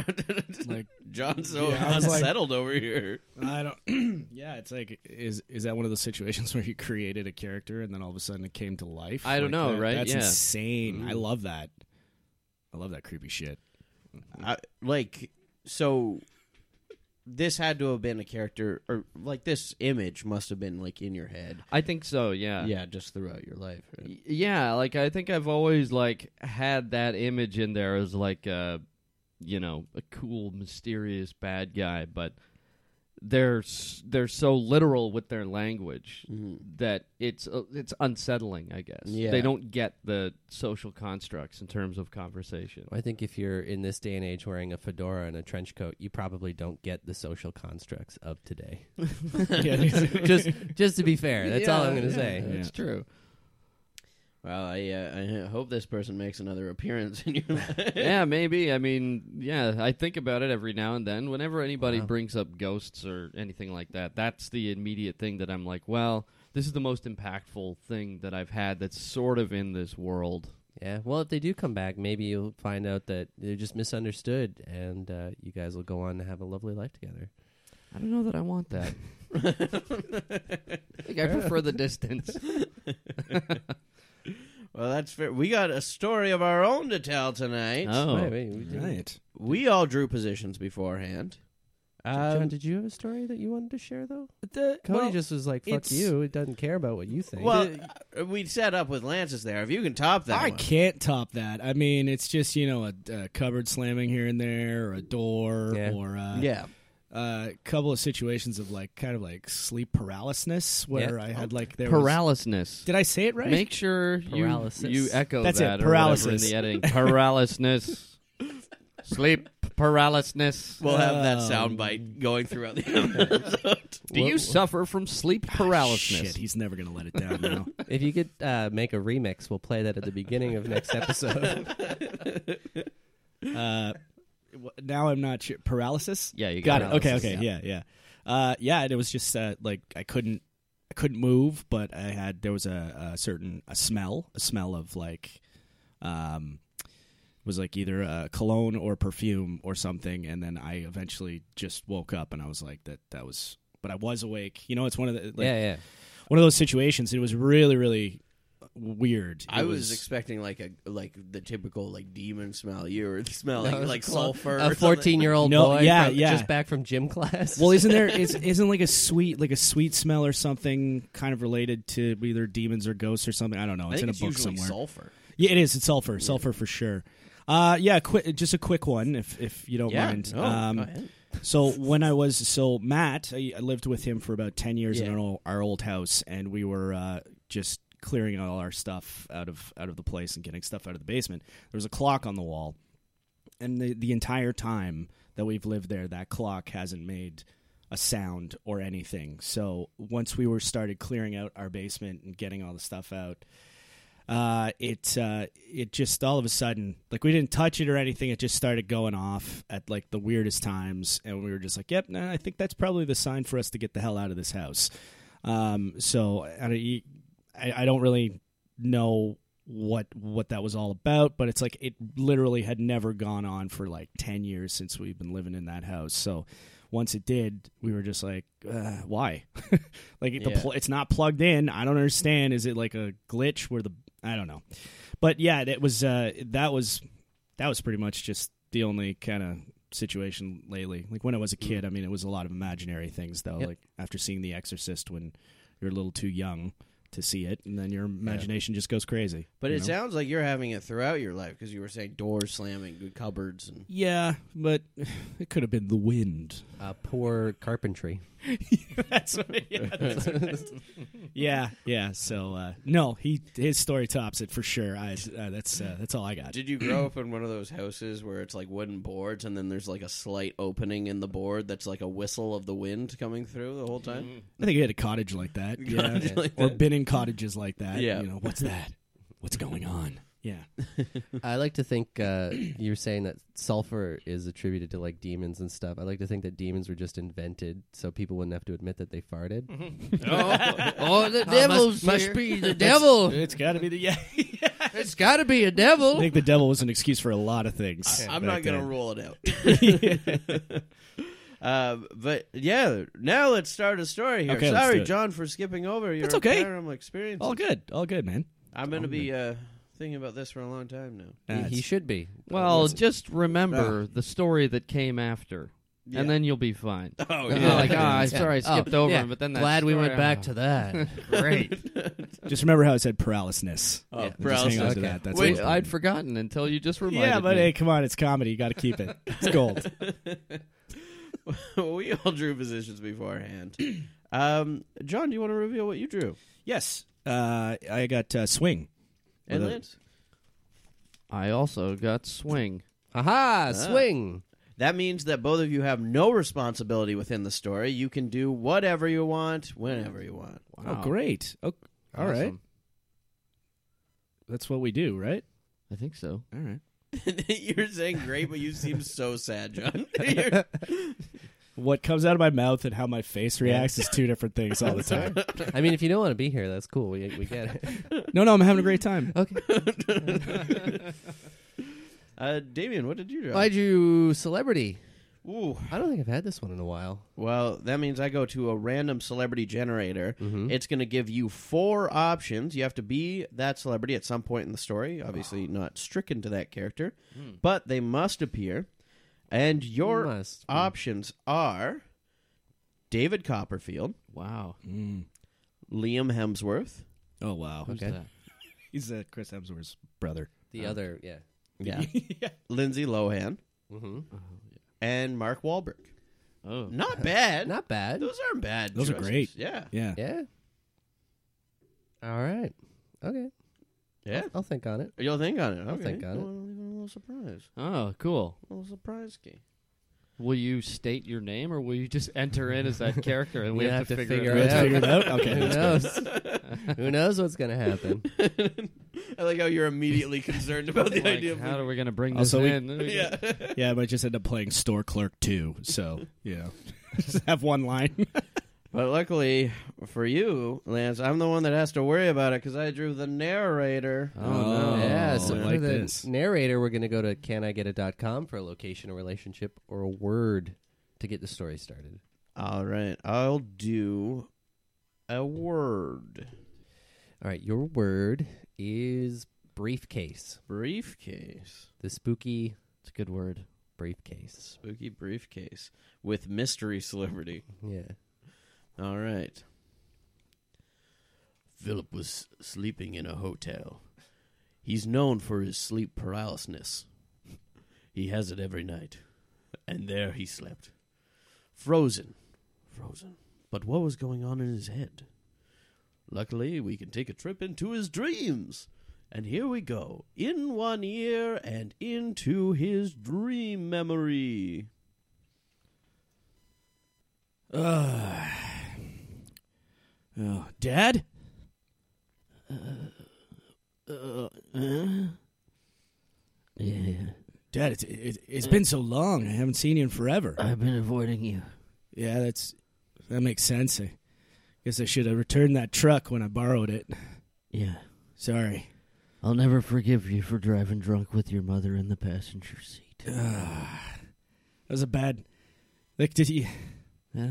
S4: Like
S2: John's so
S4: Yeah, I was like-
S2: unsettled over here.
S4: I don't. yeah, it's like is is that one of those situations where you created a character and then all of a sudden it came to life?
S3: I don't
S4: Like,
S3: know,
S4: that-
S3: right?
S4: That's
S3: Yeah.
S4: insane.
S2: Mm-hmm.
S4: I love that. I love that creepy shit.
S2: I, like so this had to have been a character or like this image must have been like in your head
S3: I think so, yeah.
S2: yeah just throughout your life right?
S3: Y- Yeah, like I think I've always like had that image in there as like a you know, a cool mysterious bad guy, but they're s- they're so literal with their language
S2: Mm-hmm.
S3: that it's uh, it's unsettling, I guess.
S2: Yeah.
S3: They don't get the social constructs in terms of conversation.
S1: I think if you're in this day and age wearing a fedora and a trench coat, you probably don't get the social constructs of today. just just to be fair, that's all I'm going to say.
S4: Yeah.
S3: It's true.
S2: well I, uh, I hope this person makes another appearance in your life
S3: yeah, maybe. I mean, yeah, I think about it every now and then. Whenever anybody brings up ghosts or anything like that, that's the immediate thing that I'm like, well, this is the most impactful thing that I've had that's sort of in this world.
S1: Yeah. Well, if they do come back, maybe you'll find out that they're just misunderstood, and uh, you guys will go on to have a lovely life together.
S3: I don't know that I want that. I think I prefer the distance.
S2: well that's fair we got a story of our own to tell tonight
S3: Oh.
S1: Wait, wait, we didn't-
S4: right.
S2: we all drew positions beforehand
S1: John,
S2: Um,
S1: did you have a story that you wanted to share though?
S2: the-
S1: Cody
S2: well,
S1: just was like, "Fuck
S4: it's-
S1: you! It doesn't care about what you think."
S2: well uh, we set up with lances there if you can top that
S4: I
S2: one.
S4: can't top that. I mean, it's just you know a, a cupboard slamming here and there, or a door,
S1: Yeah.
S4: or a
S2: yeah
S4: couple of situations of like kind of like sleep paralysis where
S1: Yeah.
S4: I had like there was-
S3: Paralysis.
S4: Did I say it right?
S3: Make sure you,
S1: Paralysis.
S3: you echo
S4: That's it,
S3: that or whatever in
S4: paralysis.
S3: the editing. Paralysis. Sleep paralysis.
S2: we'll have that
S4: Um,
S2: soundbite going throughout the episode
S3: Do you suffer from sleep paralysis?
S4: Ah, Shit, he's never gonna let it down now.
S1: if you could uh, make a remix, we'll play that at the beginning of next episode.
S4: uh, w- now I'm not sure. Paralysis.
S3: Yeah, you
S4: got
S3: got
S4: it. Okay,
S1: paralysis,
S4: okay, yeah, yeah, uh, yeah. And it was just uh, like I couldn't, I couldn't move, but I had there was a, a certain a smell, a smell of like, um, it was like either a cologne or perfume or something, and then I eventually just woke up and I was like that that was, but I was awake. You know, it's one of the like,
S1: yeah, yeah.
S4: one of those situations. It was really, really weird. It
S2: I was, expecting like a like the typical like demon smell. You were smelling
S1: No, it was
S2: like
S1: clo-
S2: sulfur.
S1: A
S2: or something.
S1: fourteen-year-old
S4: No,
S1: boy,
S4: yeah,
S1: from-
S4: yeah.
S1: just back from gym class.
S4: well, isn't there is, isn't like a sweet like a sweet smell or something kind of related to either demons or ghosts or something? I don't know.
S2: I
S4: It's
S2: think
S4: in a
S2: it's
S4: book
S2: usually
S4: somewhere.
S2: sulfur.
S4: Yeah, it is. It's sulfur. Sulfur for sure. Uh, yeah, quick, just a quick one, if if you don't
S2: Yeah,
S4: mind.
S2: no,
S4: um,
S2: go ahead.
S4: So when I was so Matt, I, I lived with him for about ten years in
S2: Yeah.
S4: an old, our old house, and we were uh, just clearing all our stuff out of out of the place and getting stuff out of the basement. There was a clock on the wall, and the the entire time that we've lived there, that clock hasn't made a sound or anything. So once we were started clearing out our basement and getting all the stuff out, uh, it uh, it just all of a sudden like we didn't touch it or anything. It just started going off at like the weirdest times, and we were just like, "Yep, nah, I think that's probably the sign for us to get the hell out of this house." Um, so I, don't- you- I, I don't really know what what that was all about, but it's like it literally had never gone on for like ten years since we've been living in that house. So once it did, we were just like, uh, "Why?" like the
S2: Yeah.
S4: pl- it's not plugged in. I don't understand. Is it like a glitch where the I don't know, but yeah, that was uh, that was that was pretty much just the only kind of situation lately. Like when I was a kid, I mean, it was a lot of imaginary things though.
S1: Yep.
S4: Like after seeing The Exorcist, when you're a little too young to see it, and then your imagination just goes crazy.
S2: But
S4: you
S2: it
S4: know?
S2: sounds like you're having it throughout your life because you were saying doors slamming, good cupboards, and
S4: yeah, but it could have been the wind.
S1: uh, poor carpentry.
S4: that's what. Yeah, that's what- yeah, yeah. So uh, no, he his story tops it for sure. I uh, that's uh, that's all I got.
S2: Did you grow up in one of those houses where it's like wooden boards and then there's like a slight opening in the board that's like a whistle of the wind coming through the whole time?
S4: I think he had a cottage like that. Yeah,
S2: Cottage like
S4: or
S2: that.
S4: been in cottages like that.
S2: Yeah.
S4: you know what's that? What's going on? Yeah.
S1: I like to think uh, you're saying that sulfur is attributed to like demons and stuff. I like to think that demons were just invented so people wouldn't have to admit that they farted.
S4: Mm-hmm.
S3: oh, oh,
S4: Ah,
S3: the
S1: devil's here.
S3: be the
S4: It's got to be the yeah.
S3: it's got to be a
S4: I
S3: devil.
S4: think the devil was an excuse for a lot of things.
S2: I'm not
S4: back
S2: going to
S4: then.
S2: rule it out. um, but yeah, now let's start a story here.
S4: Okay, let's do
S2: Sorry,
S4: it.
S2: John, for skipping over your
S4: That's okay.
S2: paranormal experience.
S4: All good. All good, man.
S2: I'm going to be uh, thinking about this for a long time now.
S1: He-
S4: That's-
S1: he should be.
S3: Well, just remember
S4: Ah.
S3: the story that came after,
S2: Yeah.
S3: and then you'll be fine.
S2: Oh,
S3: yeah.
S1: Uh,
S2: yeah.
S3: like, ah, I'm sorry, I
S1: Yeah.
S3: skipped
S1: Oh,
S3: over
S1: yeah.
S3: him, but then that
S1: glad we went
S3: story-
S1: back to that.
S3: Great.
S4: just remember how I said paralysis.
S2: Oh,
S4: And just hang on to
S1: Okay.
S4: that. That's
S3: Wait,
S4: important.
S3: I'd forgotten until you just reminded
S4: yeah, but
S3: me.
S4: hey, come on, it's comedy. You got to keep it. It's gold.
S2: we all drew positions beforehand. Um, John, do you want to reveal what you drew?
S4: yes, uh, I got uh, swing.
S2: And
S4: Without-
S2: Lance?
S3: I also got swing. Ah.
S1: Aha! Swing.
S2: That means that both of you have no responsibility within the story. You can do whatever you want, whenever you want.
S4: Oh, great. Oh, all right.
S3: Awesome.
S4: That's what we do, right?
S3: I think so.
S4: All right.
S2: You're saying great, but you seem so sad, John. You're-
S4: What comes out of my mouth and how my face reacts is two different things all the time.
S1: I mean, if you don't want to be here, that's cool. We, we get it.
S4: No, no, I'm having a great time.
S1: Okay.
S2: uh, Damien, what did you draw?
S1: I drew celebrity.
S2: Ooh.
S1: I don't think I've had this one in a while.
S2: Well, that means I go to a random celebrity generator.
S4: Mm-hmm.
S2: It's going to give you four options. You have to be that celebrity at some point in the story, obviously not stricken to that character,
S4: Hmm.
S2: but they must appear. And your
S1: Must.
S2: options are David Copperfield,
S3: Wow.
S2: Liam Hemsworth,
S4: Oh wow,
S3: Who's
S1: Okay.
S3: that?
S4: he's uh, Chris Hemsworth's brother.
S1: The other, yeah.
S2: yeah, Lindsay Lohan,
S1: hmm
S2: and Mark Wahlberg.
S3: Oh.
S2: Not bad.
S1: Not bad.
S2: Those aren't bad.
S4: Those are
S2: choices.
S4: great.
S2: Yeah.
S4: Yeah.
S1: Yeah. All right. Okay.
S2: Yeah.
S1: I'll think on it.
S2: You'll think on it. Okay.
S1: think on it.
S2: Well, even a little surprise.
S3: Oh, cool.
S2: A little surprise key.
S3: Will you state your name, or will you just enter in as that character, and we,
S1: We'll have
S3: have, to
S1: to
S3: figure,
S1: figure
S3: it
S4: Let's
S1: Yeah.
S3: out?
S4: figure it out. Okay.
S1: Who
S4: that's
S1: knows? Who knows what's gonna happen?
S2: I like how you're immediately concerned about the
S3: Like,
S2: idea of
S3: how are Oh, we going to bring this
S4: Also, we-
S3: in?
S2: yeah.
S4: good. Yeah, I might just end up playing store clerk too. So you know, just have one line.
S2: But luckily for you, Lance, I'm the one that has to worry about it because I drew the narrator.
S3: Oh, no.
S4: Oh,
S1: yeah, so
S4: I
S1: for
S4: like
S1: the
S4: this.
S1: narrator, we're gonna go to canigetit.com for a location, a relationship, or a word to get the story started.
S2: All right, I'll do a word.
S1: All right, your word is briefcase.
S2: Briefcase.
S1: The spooky
S3: It's a good word.
S1: briefcase.
S2: Spooky briefcase with mystery celebrity.
S1: Yeah.
S2: All right. Philip was sleeping in a hotel. He's known for his sleep paralysis. He has it every night. And there he slept. Frozen. Frozen. But what was going on in his head? Luckily, we can take a trip into his dreams. And here we go. In one ear and into his dream memory.
S4: Uh, oh, Dad? Uh, uh,
S3: Yeah,
S4: Dad, it's, it, it's been so long. I haven't seen you in forever.
S3: I've been avoiding you.
S4: Yeah, that's that makes sense. I guess I should have returned that truck when I borrowed it.
S3: Yeah,
S4: Sorry.
S3: I'll never forgive you for driving drunk with your mother in the passenger seat.
S4: That was a bad. Like, did he?
S3: Huh?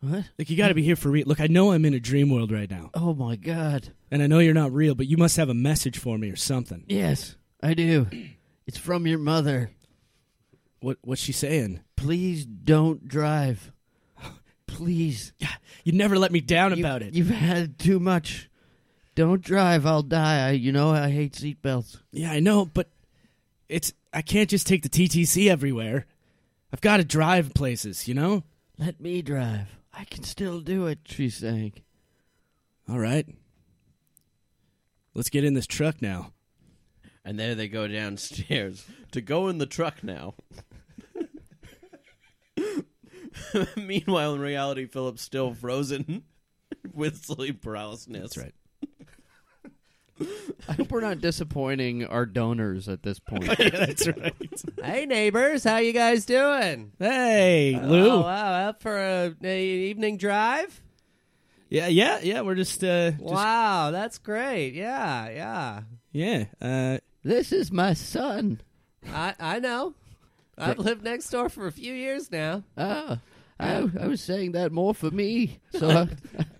S3: What?
S4: Like, you got to be here for real. Look, I know I'm in a dream world right now,
S3: Oh my God!
S4: and I know you're not real, but you must have a message for me or something.
S3: Yes, I do. It's from your mother.
S4: What? What's she saying?
S3: Please don't drive. Please.
S4: You never let me down
S3: You-
S4: about it.
S3: You've had too much. Don't drive. I'll die. I, you know I hate seatbelts.
S4: yeah, I know, but it's. I can't just take the TTC everywhere. I've got to drive places, you know.
S3: Let me drive. I can still do it. She's saying.
S4: All right. Let's get in this truck now.
S2: And there they go downstairs to go in the truck now. Meanwhile, in reality, Philip's still frozen with sleep paralysis.
S3: I hope we're not disappointing our donors at this point.
S4: yeah, that's right.
S1: hey neighbors, how you guys doing?
S4: Hey, Lou.
S1: Oh, wow, up for a, a evening drive?
S4: Yeah, yeah, yeah. We're just, uh, just-
S1: wow, that's great. Yeah, yeah.
S4: yeah. Uh,
S3: this is my son.
S1: I I know. I've lived next door for a few years now.
S3: Oh, I, I was saying that more for me, so I,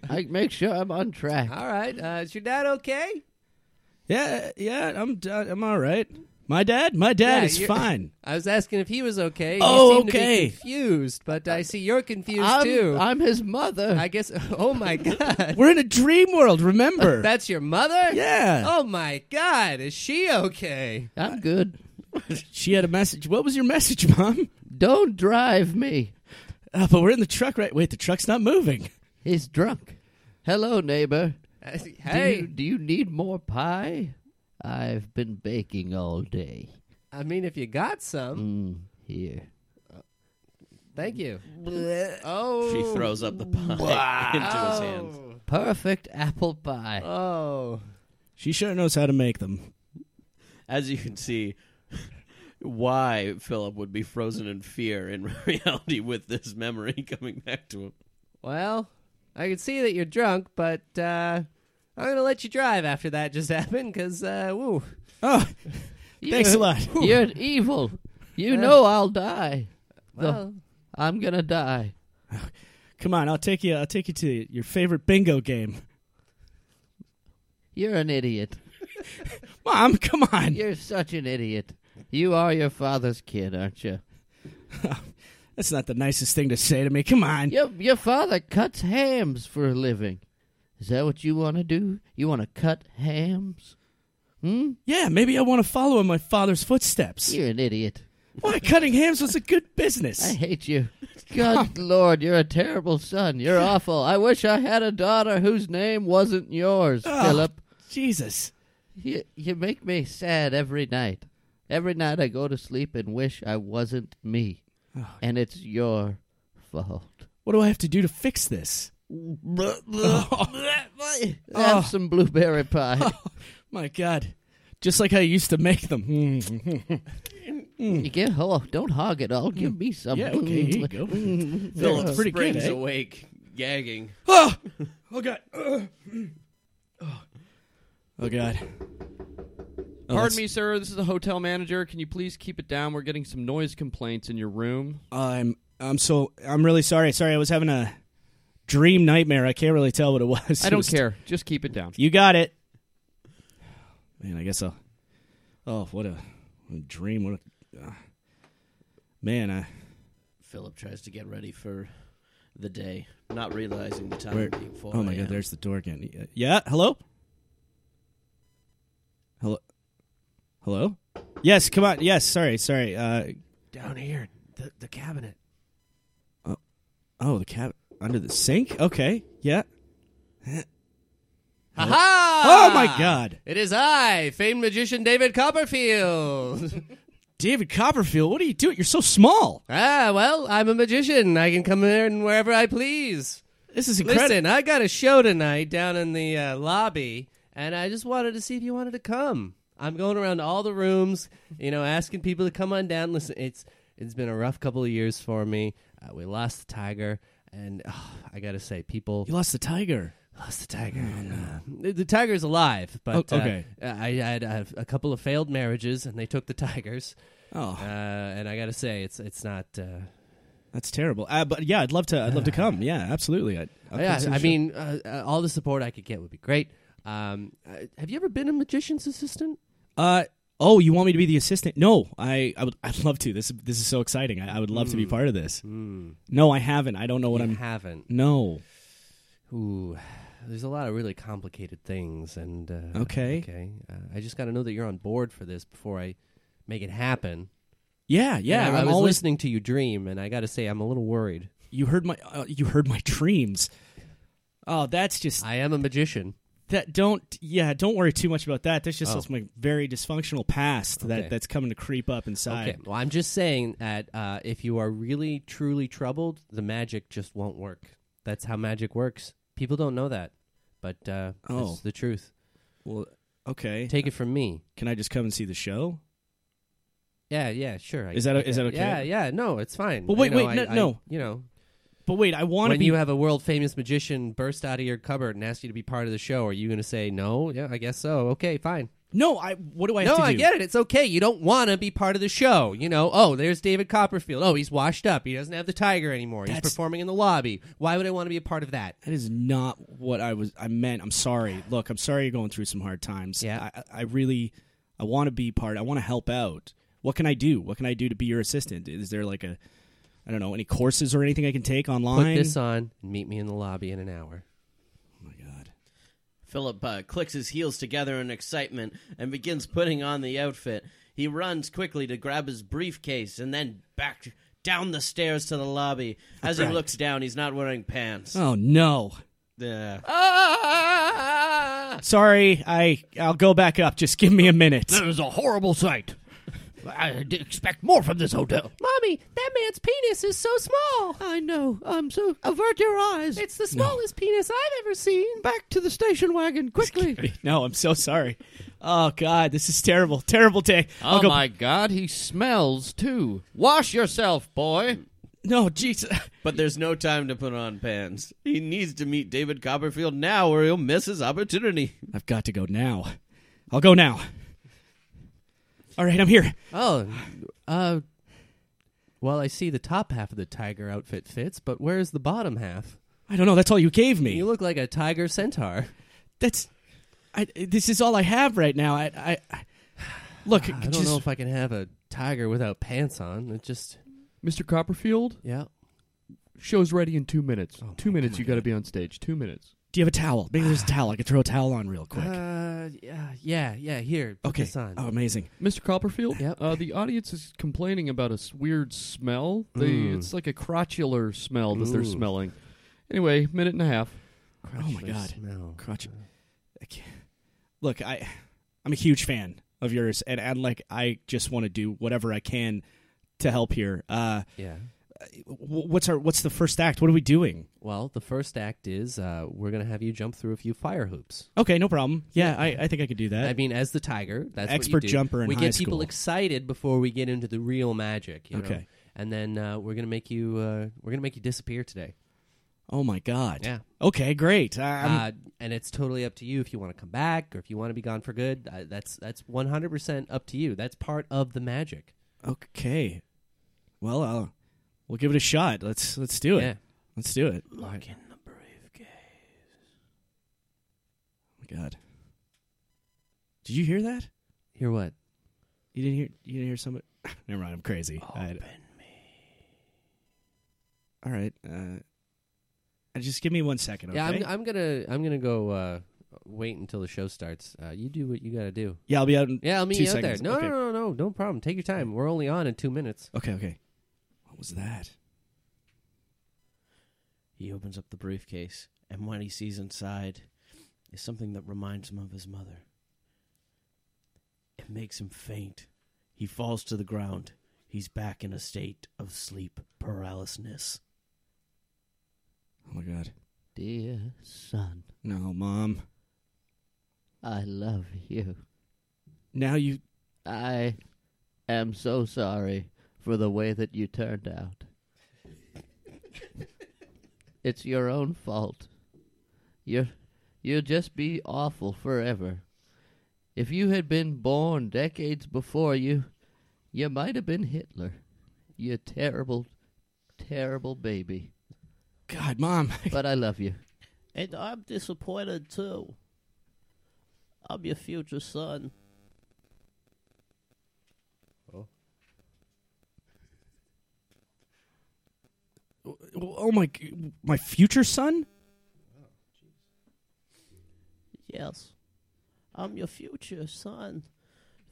S3: I make sure I'm on track.
S1: All right. Uh, is your dad okay?
S4: yeah, yeah. I'm, d- I'm all right. My dad, my dad
S1: Yeah,
S4: is
S1: you're-
S4: fine.
S1: I was asking if he was okay. You
S4: Oh,
S1: seem to be
S4: okay.
S1: confused, but I see you're confused too.
S3: I'm, I'm his mother.
S1: I guess. Oh my god,
S4: We're in a dream world. Remember?
S1: that's your mother.
S4: yeah.
S1: Oh my god, is she okay?
S3: I'm good.
S1: Oh.
S4: She had a message. What was your message, mom?
S3: Don't drive me.
S4: Uh, but we're in the truck, right? Wait, the truck's not moving.
S3: He's drunk. Hello, neighbor.
S1: Uh, Hey,
S3: Do you, do you need more pie? I've been baking all day.
S1: I mean, if you got some,
S3: Mm, here.
S1: thank you. Oh,
S2: She throws up the pie into his hands.
S3: Perfect apple pie.
S1: Oh,
S4: She sure knows how to make them.
S2: As you can see, why Philip would be frozen in fear in reality with this memory coming back to him.
S1: well, I can see that you're drunk, but uh, I'm gonna let you drive after that just happened, cause uh, woo.
S4: Oh,
S3: You-
S4: thanks a lot.
S3: You're evil. You know I'll die.
S4: Oh.
S1: Well,
S3: I'm gonna die.
S4: Come on, I'll take you. I'll take you to your favorite bingo game.
S3: You're an idiot.
S4: Mom, come on.
S3: You're such an idiot. You are your father's kid, aren't you?
S4: That's not the nicest thing to say to me. Come on.
S3: Your your father cuts hams for a living. Is that what you want to do? You want to cut hams? Hmm?
S4: Yeah, maybe I want to follow in my father's footsteps.
S3: You're an idiot.
S4: Why cutting hams was a good business.
S3: I hate you. Good Lord, you're a terrible son. You're awful. I wish I had a daughter whose name wasn't yours,
S4: Oh.
S3: Philip.
S4: Jesus.
S3: You, you make me sad every night. Every night I go to sleep and wish I wasn't me.
S4: Oh.
S3: And it's your fault.
S4: What do I have to do to fix this?
S3: Have
S4: Oh.
S3: some blueberry pie.
S4: My God. Just like I used to make them.
S3: you get oh, don't hog it all. Give me some.
S4: Yeah, okay, here you go.
S2: Philip
S4: That's pretty good,
S2: springs
S4: eh?
S2: awake, gagging.
S4: oh! oh, God. Oh, oh God. Oh,
S3: Pardon
S4: that's-
S3: me, sir. This is the hotel manager. Can you please keep it down? We're getting some noise complaints in your room.
S4: I'm, I'm so, I'm really sorry. Sorry, I was having a dream nightmare. I can't really tell what it was.
S3: I
S4: It
S3: don't
S4: was-
S3: care. Just keep it down.
S4: You got it. Man, I guess I'll. Oh, what a, what a dream! What a ah. man. I
S2: Philip tries to get ready for the day, not realizing the time
S4: Where-
S2: being four.
S4: oh my
S2: a.m.
S4: god, there's the door again. Yeah, hello. Hello. Hello. Yes, come on. Yes, sorry, sorry. Uh,
S1: Down here, the, the cabinet.
S4: oh, the cat under the sink. Okay, yeah.
S1: Ha ha!
S4: Oh my god,
S1: It is I, famed magician David Copperfield.
S4: David Copperfield, what are you doing? You're so small.
S1: ah, well, I'm a magician. I can come in wherever I please.
S4: This is incredible.
S1: Listen, I got a show tonight down in the uh, lobby, and I just wanted to see if you wanted to come. I'm going around all the rooms, you know, asking people to come on down. Listen, it's it's been a rough couple of years for me. Uh, we lost the tiger, and oh, I got to say, people
S4: You lost the tiger.
S1: lost the tiger. The, the tiger's alive, but
S4: Oh, okay.
S1: uh, I, I had uh, a couple of failed marriages, and they took the tigers.
S4: Oh,
S1: Uh, and I got to say, it's it's not. Uh,
S4: that's terrible. Uh, but yeah, I'd love to. I'd love to come. Yeah, absolutely. I, I'll
S1: yeah, I
S4: come see the show.
S1: mean, uh, uh, all the support I could get would be great. Um, uh, have you ever been a magician's assistant?
S4: Uh oh, you want me to be the assistant? No, I, I would I'd love to. This this is so exciting. I, I would love to be part of this. No, I haven't. I don't know what
S1: Hmm. You
S4: I'm.
S1: haven't.
S4: no.
S1: Ooh, there's a lot of really complicated things, and uh,
S4: Okay.
S1: okay. Uh, I just got to know that you're on board for this before I make it happen.
S4: Yeah, yeah.
S1: And I, I
S4: I'm
S1: was
S4: always.
S1: listening to you dream, and I got to say, I'm a little worried.
S4: You heard my. Uh, you heard my dreams. Oh, that's just
S1: I am a magician.
S4: that. Don't yeah. Don't worry too much about that. That's just
S1: Oh.
S4: my very dysfunctional past
S1: Okay.
S4: that that's coming to creep up inside.
S1: Okay. Well, I'm just saying that uh, if you are really truly troubled, the magic just won't work. That's how magic works. People don't know that, but uh,
S4: Oh.
S1: it's the truth.
S4: Well, okay.
S1: Take it from me.
S4: Can I just come and see the show?
S1: Yeah, yeah, sure. I-
S4: Is that o-
S1: I
S4: is that
S1: can.
S4: okay?
S1: Yeah, yeah. No, it's fine.
S4: Well, wait,
S1: You know,
S4: wait,
S1: I-
S4: no-
S1: I-
S4: no.
S1: You know,
S4: But wait, I want to
S1: when
S4: be.
S1: you have a world famous magician burst out of your cupboard and ask you to be part of the show, are you going to say no? Yeah, I guess so. Okay, fine.
S4: no, I. What do I
S1: no,
S4: have to do?
S1: I get it. It's okay. You don't want to be part of the show. You know, oh, there's David Copperfield. Oh, he's washed up. He doesn't have the tiger anymore. He's
S4: That's-
S1: performing in the lobby. Why would I want to be a part of that?
S4: That is not what I was. I meant. I'm sorry. Look, I'm sorry you're going through some hard times.
S1: Yeah.
S4: I, I really, I want to be part. I want to help out. What can I do? What can I do to be your assistant? Is there like a, I don't know, any courses or anything I can take
S1: Put
S4: online?
S1: this on and meet me in the lobby in an hour.
S4: oh my god.
S2: Philip uh, clicks his heels together in excitement and begins putting on the outfit. He runs quickly to grab his briefcase and then back down the stairs to the lobby. As he
S4: Right.
S2: looks down, he's not wearing pants.
S4: Oh no.
S2: Yeah.
S4: Sorry. I I'll go back up. Just give me a minute.
S5: That is a horrible sight. I did expect more from this hotel.
S1: Mommy, that man's penis is so small.
S5: I know. I'm so. Avert your eyes.
S1: It's the smallest penis I've ever seen.
S5: back to the station wagon quickly.
S4: No, I'm so sorry. Oh god, this is terrible. Terrible day. I'll
S3: Oh
S4: go
S3: my God, he smells too. Wash yourself, boy.
S4: No, Jesus.
S2: But there's no time to put on pants. He needs to meet David Copperfield now or he'll miss his opportunity.
S4: I've got to go now. I'll go now. All right, I'm here.
S1: Oh, uh, well, I see the top half of the tiger outfit fits, but where's the bottom half?
S4: I don't know. That's all you gave me.
S1: You look like a tiger centaur.
S4: That's. I, this is all I have right now. I. I, I look,
S1: I don't
S4: just,
S1: know if I can have a tiger without pants on. It just,
S3: Mr. Copperfield,
S1: yeah.
S3: show's ready in two minutes. Two
S4: my- oh
S3: minutes,
S4: my
S3: you got to be on stage. Two minutes.
S4: do you have a towel? Maybe there's a towel. I could throw a towel on real quick.
S1: Uh, yeah, yeah, yeah. Here, put
S4: okay.
S1: this on.
S4: Oh, amazing.
S3: Mr. Copperfield,
S1: Yep.
S3: uh, the audience is complaining about a s- weird smell. They,
S1: Mm.
S3: It's like a crotchular smell that they're
S1: Ooh.
S3: smelling. Anyway, minute and a half.
S1: Crotch
S4: oh my
S1: they
S4: God.
S1: smell.
S4: Crotch. I can't. Look, I. I'm a huge fan of yours, and, and like I just want to do whatever I can to help here. Uh,
S1: Yeah.
S4: wh- what's our what's the first act? What are we doing?
S1: Well, the first act is uh, we're gonna have you jump through a few fire hoops.
S4: Okay, no problem. Yeah, I, I think I could do that.
S1: I mean, as the tiger, that's
S4: Expert
S1: what you do.
S4: jumper in
S1: we
S4: high
S1: get people
S4: school.
S1: excited before we get into the real magic. You know?
S4: Okay.
S1: And then uh, we're gonna make you uh, we're gonna make you disappear today.
S4: oh my god.
S1: Yeah.
S4: Okay, great. I'm,
S1: Uh, and it's totally up to you if you want to come back or if you want to be gone for good. Uh, that's that's one hundred percent up to you. That's part of the magic.
S4: Okay. uh, Well, I'll, we'll give it a shot. Let's let's do it.
S1: Yeah.
S4: Let's do it. Oh
S2: Lock in the break.
S4: god. Did you hear that?
S1: Hear what?
S4: You didn't hear you didn't hear somebody Never mind, I'm
S1: Oh.
S4: crazy. I- all right. Uh, uh, just give me one second, okay?
S1: Yeah, I'm, I'm gonna I'm gonna go uh, wait until the show starts. Uh, you do what you gotta do.
S4: Yeah, I'll be out in
S1: Yeah, I'll meet
S4: Two
S1: you out there.
S4: seconds,
S1: No,
S4: okay.
S1: no, no, no, no problem. Take your time. We're only on in two minutes.
S4: Okay, okay. What was that?
S2: He opens up the briefcase, and what he sees inside is something that reminds him of his mother. It makes him faint. He falls to the ground. He's back in a state of sleep paralysis.
S4: Oh my god.
S3: Dear son,
S4: No, mom.
S3: I love you.
S4: Now you
S3: I am so sorry for the way that you turned out. it's your own fault. You're, you'll just be awful forever. If you had been born decades before you, you might have been Hitler. You terrible, terrible baby.
S4: God, mom.
S3: But I love you.
S5: And I'm disappointed too. I'm your future son.
S4: oh my my future son?
S5: Yes. I'm your future son.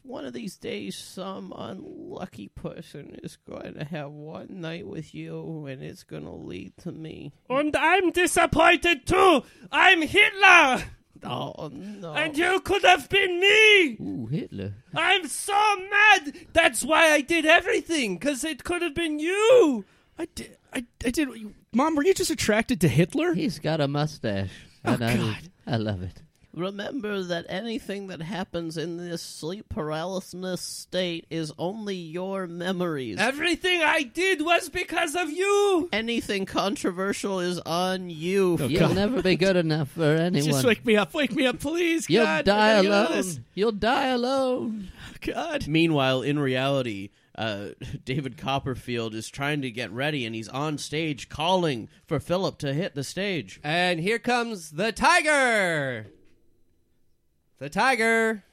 S5: One of these days, some unlucky person is going to have one night with you, and it's going to lead to me.
S6: And I'm disappointed too. I'm Hitler,
S5: Oh, no.
S6: and you could have been me.
S3: Ooh, Hitler.
S6: I'm so mad. That's why I did everything, because it could have been you.
S4: I did I, I did Mom, were you just attracted to Hitler?
S3: He's got a mustache. and I,
S4: Oh, God.
S3: I love it.
S5: Remember that anything that happens in this sleep paralysis state is only your memories.
S6: Everything I did was because of you.
S5: anything controversial is on you.
S3: You'll never be good enough for anyone.
S4: Oh, Just wake me up, wake me up, please.
S3: You'll
S4: God,
S3: die
S4: let me out of
S3: alone.
S4: this.
S3: You'll die alone.
S4: God.
S2: Meanwhile, in reality, uh, David Copperfield is trying to get ready, and he's on stage calling for Philip to hit the stage.
S1: And here comes the tiger. The tiger.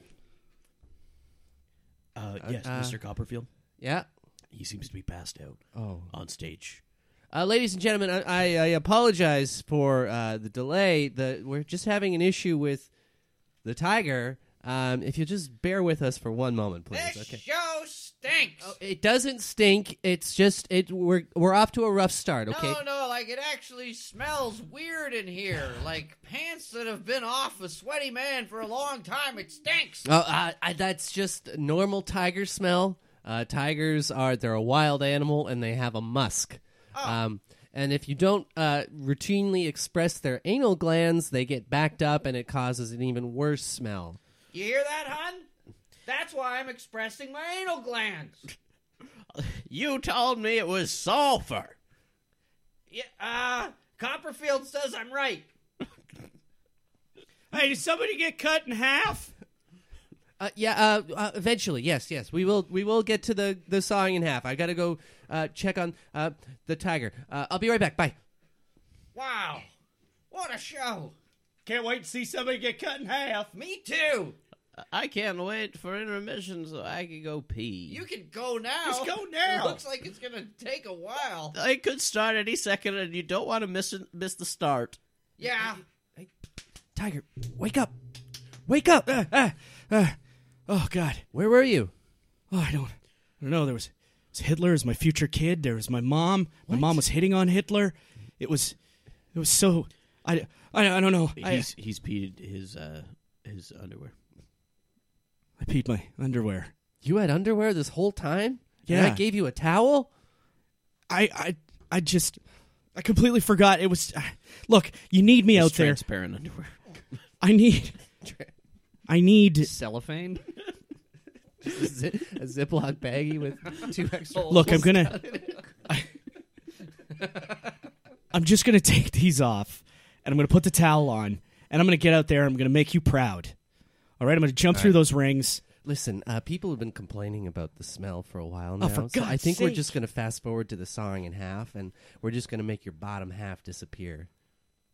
S2: Uh, yes,
S1: uh,
S2: Mr. Copperfield.
S1: Yeah.
S2: He seems to be passed out
S1: Oh.
S2: on stage.
S1: Uh, ladies and gentlemen, I, I, I apologize for uh, the delay. The, we're just having an issue with the tiger. Um, if you'll just bear with us for one moment, please. okay.
S5: show stinks.
S1: Oh, it doesn't stink. It's just it. We're we're off to a rough start. Okay.
S5: no, like it actually smells weird in here. Like pants that have been off a sweaty man for a long time. It stinks.
S1: Oh, uh, I, that's just normal tiger smell. Uh, tigers are they're a wild animal and they have a musk. Um, and if you don't uh, routinely express their anal glands, they get backed up and it causes an even worse smell.
S5: You hear that, hun? That's why I'm expressing my anal glands.
S2: You told me it was sulfur.
S5: Yeah, uh, Copperfield says I'm right.
S4: Hey, did somebody get cut in half?
S1: Uh, yeah, uh, uh, eventually, yes, yes, we will. We will get to the the sawing in half. I got to go uh, check on uh, the tiger. Uh, I'll be right back. Bye.
S5: Wow. What a show.
S4: Can't wait to see somebody get cut in half.
S5: Me too.
S2: I can't wait for intermission so I can go pee.
S5: You can go now.
S4: Just go now.
S5: It looks like it's going to take a while.
S2: I could start any second, and you don't want to miss it- miss the start.
S5: Yeah.
S1: Tiger, wake up, wake up.
S4: Uh, uh, uh, oh God.
S1: Where were you?
S4: Oh, I don't I don't know. There was, was Hitler as my future kid, there was my mom. My mom was hitting on Hitler. It was it was so I, I, I don't know. I,
S2: He's he's peed his uh his underwear.
S4: I peed my underwear.
S1: You had underwear this whole time? And
S4: Yeah.
S1: I gave you a towel?
S4: I, I, I just, I completely forgot. It was, look, you need me out
S2: It's
S4: there.
S2: transparent underwear.
S4: I need, I need.
S3: Cellophane?
S1: a, zi- a Ziploc baggie with two extra.
S4: Look, I'm gonna. I, am just gonna take these off, and I'm gonna put the towel on, and I'm gonna get out there. I'm gonna make you proud. All right, I'm gonna jump through those rings.
S1: Listen, uh, people have been complaining about the smell Oh, for a while now.
S4: for
S1: so I
S4: God's
S1: think we're
S4: sake.
S1: just going to fast forward to the sawing in half, and we're just going to make your bottom half disappear.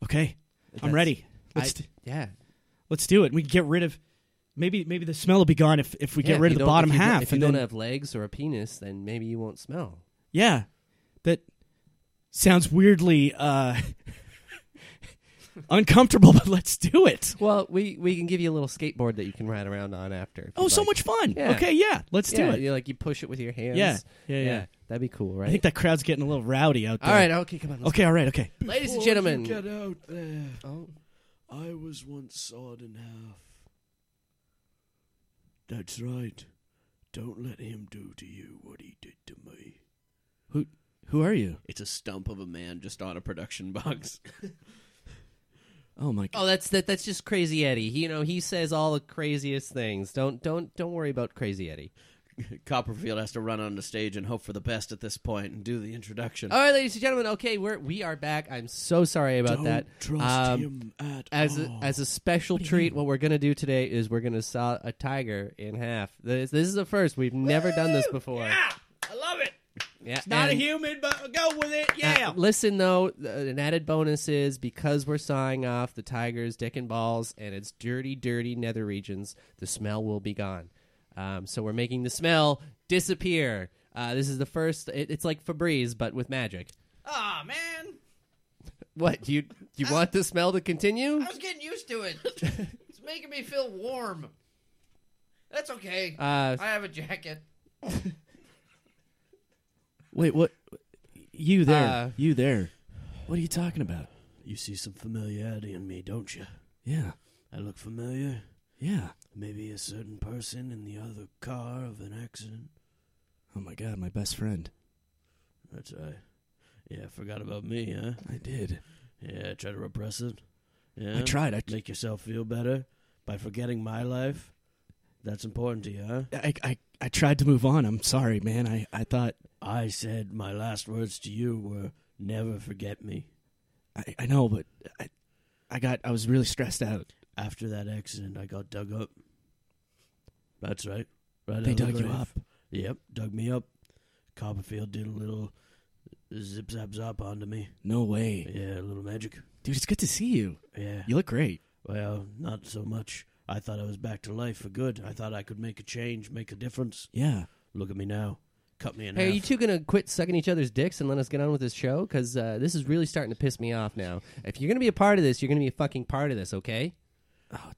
S4: Okay, I'm
S1: That's-
S4: ready.
S1: I-
S4: Let's, d-
S1: yeah.
S4: Let's do it. We can get rid of maybe maybe the smell will be gone if, if we
S1: Yeah,
S4: get rid
S1: if you
S4: of the
S1: don't-
S4: bottom
S1: if you don't-
S4: half.
S1: If you
S4: and
S1: don't
S4: then,
S1: have legs or a penis, then maybe you won't smell.
S4: yeah, that sounds weirdly uh, uncomfortable, but let's do it.
S1: Well, we we can give you a little skateboard that you can ride around on after. if
S4: Oh,
S1: you'd
S4: so
S1: like.
S4: much fun.
S1: Yeah.
S4: Okay, yeah, let's
S1: yeah,
S4: do it.
S1: You like you push it with your hands.
S4: Yeah. Yeah, yeah.
S1: That'd be cool, right?
S4: I think that crowd's getting a little rowdy out there.
S1: All right. Okay. Come on. let's
S4: Okay, all right, okay.
S1: go. Ladies and
S2: Before you
S1: gentlemen.
S2: Get out there.
S1: Oh.
S2: I was once sawed in half. That's right. Don't let him do to you what he did to me.
S4: Who are you?
S7: It's a stump of a man just on a production box.
S4: Oh my god.
S1: Oh, that's that. That's just Crazy Eddie. He, you know, he says all the craziest things. Don't don't don't worry about Crazy Eddie.
S7: Copperfield has to run onto stage and hope for the best at this point and do the introduction.
S4: Uh,
S1: All right, ladies and gentlemen. Okay, we're we are back. I'm so sorry about
S2: Don't
S1: that.
S2: trust
S1: Um,
S2: him at
S1: As a,
S2: all.
S1: as a special treat, what we're gonna do today is we're gonna saw a tiger in half. This, this is the first. We've never done this before.
S7: I love it.
S1: Yeah,
S7: It's not
S1: and-
S7: a human, but go with it. Yeah.
S1: Uh, listen though, th- an added bonus is because we're sawing off the tiger's dick and balls and its dirty, dirty nether regions, the smell will be gone. Um, so we're making the smell disappear. Uh, this is the first. It, it's like Febreze, but with magic.
S7: Aw, man.
S1: What you you want the smell to continue?
S7: I was getting used to it. it's making me feel warm. That's okay.
S1: Uh,
S7: I have a jacket.
S4: Wait, what you there.
S1: Uh,
S4: you there. What are you talking about?
S2: You see some familiarity in me, don't you?
S4: Yeah.
S2: I look familiar.
S4: Yeah.
S2: Maybe a certain person in the other car of an accident.
S4: Oh my god, my best friend.
S2: That's right. Yeah, forgot about me, huh?
S4: I did.
S2: Yeah, try to repress it. Yeah.
S4: I tried. I,
S2: Make yourself feel better by forgetting my life. That's important to you, huh?
S4: I I I tried to move on. I'm sorry, man. I I thought
S2: I said my last words to you were never forget me.
S4: I, I know, but I I got I was really stressed out.
S2: After that accident, I got dug up. That's right. Right out
S4: They
S2: of the
S4: dug you
S2: grave.
S4: up.
S2: Yep, dug me up. Copperfield did a little zip zap zap onto me.
S4: No way.
S2: Yeah, a little magic.
S4: Dude, it's good to see you.
S2: Yeah.
S4: You look great.
S2: Well, not so much. I thought I was back to life for good. I thought I could make a change, make a difference.
S4: Yeah.
S2: Look at me now. Cut me in
S1: Hey, are
S2: half.
S1: you two gonna quit sucking each other's dicks and let us get on with this show? Because uh, this is really starting to piss me off now. If you're gonna be a part of this, you're gonna be a fucking part of this, okay?
S2: Oh.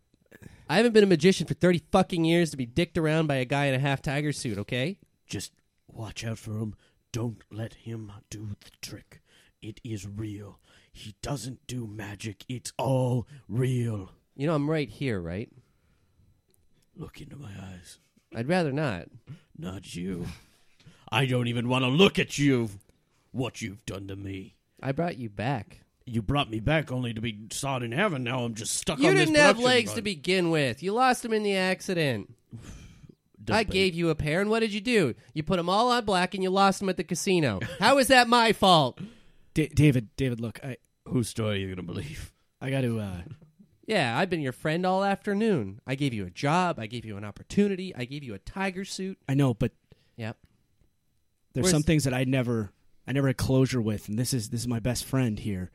S1: I haven't been a magician for thirty fucking years to be dicked around by a guy in a half tiger suit, okay?
S2: Just watch out for him. Don't let him do the trick. It is real. He doesn't do magic. It's all real.
S1: You know I'm right here, right?
S2: Look into my eyes.
S1: I'd rather not.
S2: Not you. I don't even want to look at you. What you've done to me.
S1: I brought you back.
S2: You brought me back only to be sawed in heaven. Now I'm just stuck
S1: You
S2: on this
S1: didn't have
S2: production
S1: legs
S2: run.
S1: to begin with. You lost them in the accident. I
S2: Dumping.
S1: gave you a pair, and what did you do? You put them all on black, and you lost them at the casino. How is that my fault?
S4: Da- David, David, look, I
S2: Whose story are you going to believe?
S4: I got to uh
S1: Yeah, I've been your friend all afternoon. I gave you a job. I gave you an opportunity. I gave you a tiger suit.
S4: I know, but
S1: Yep.
S4: there's
S1: Where's-
S4: some things that I never I never had closure with, and this is this is my best friend here.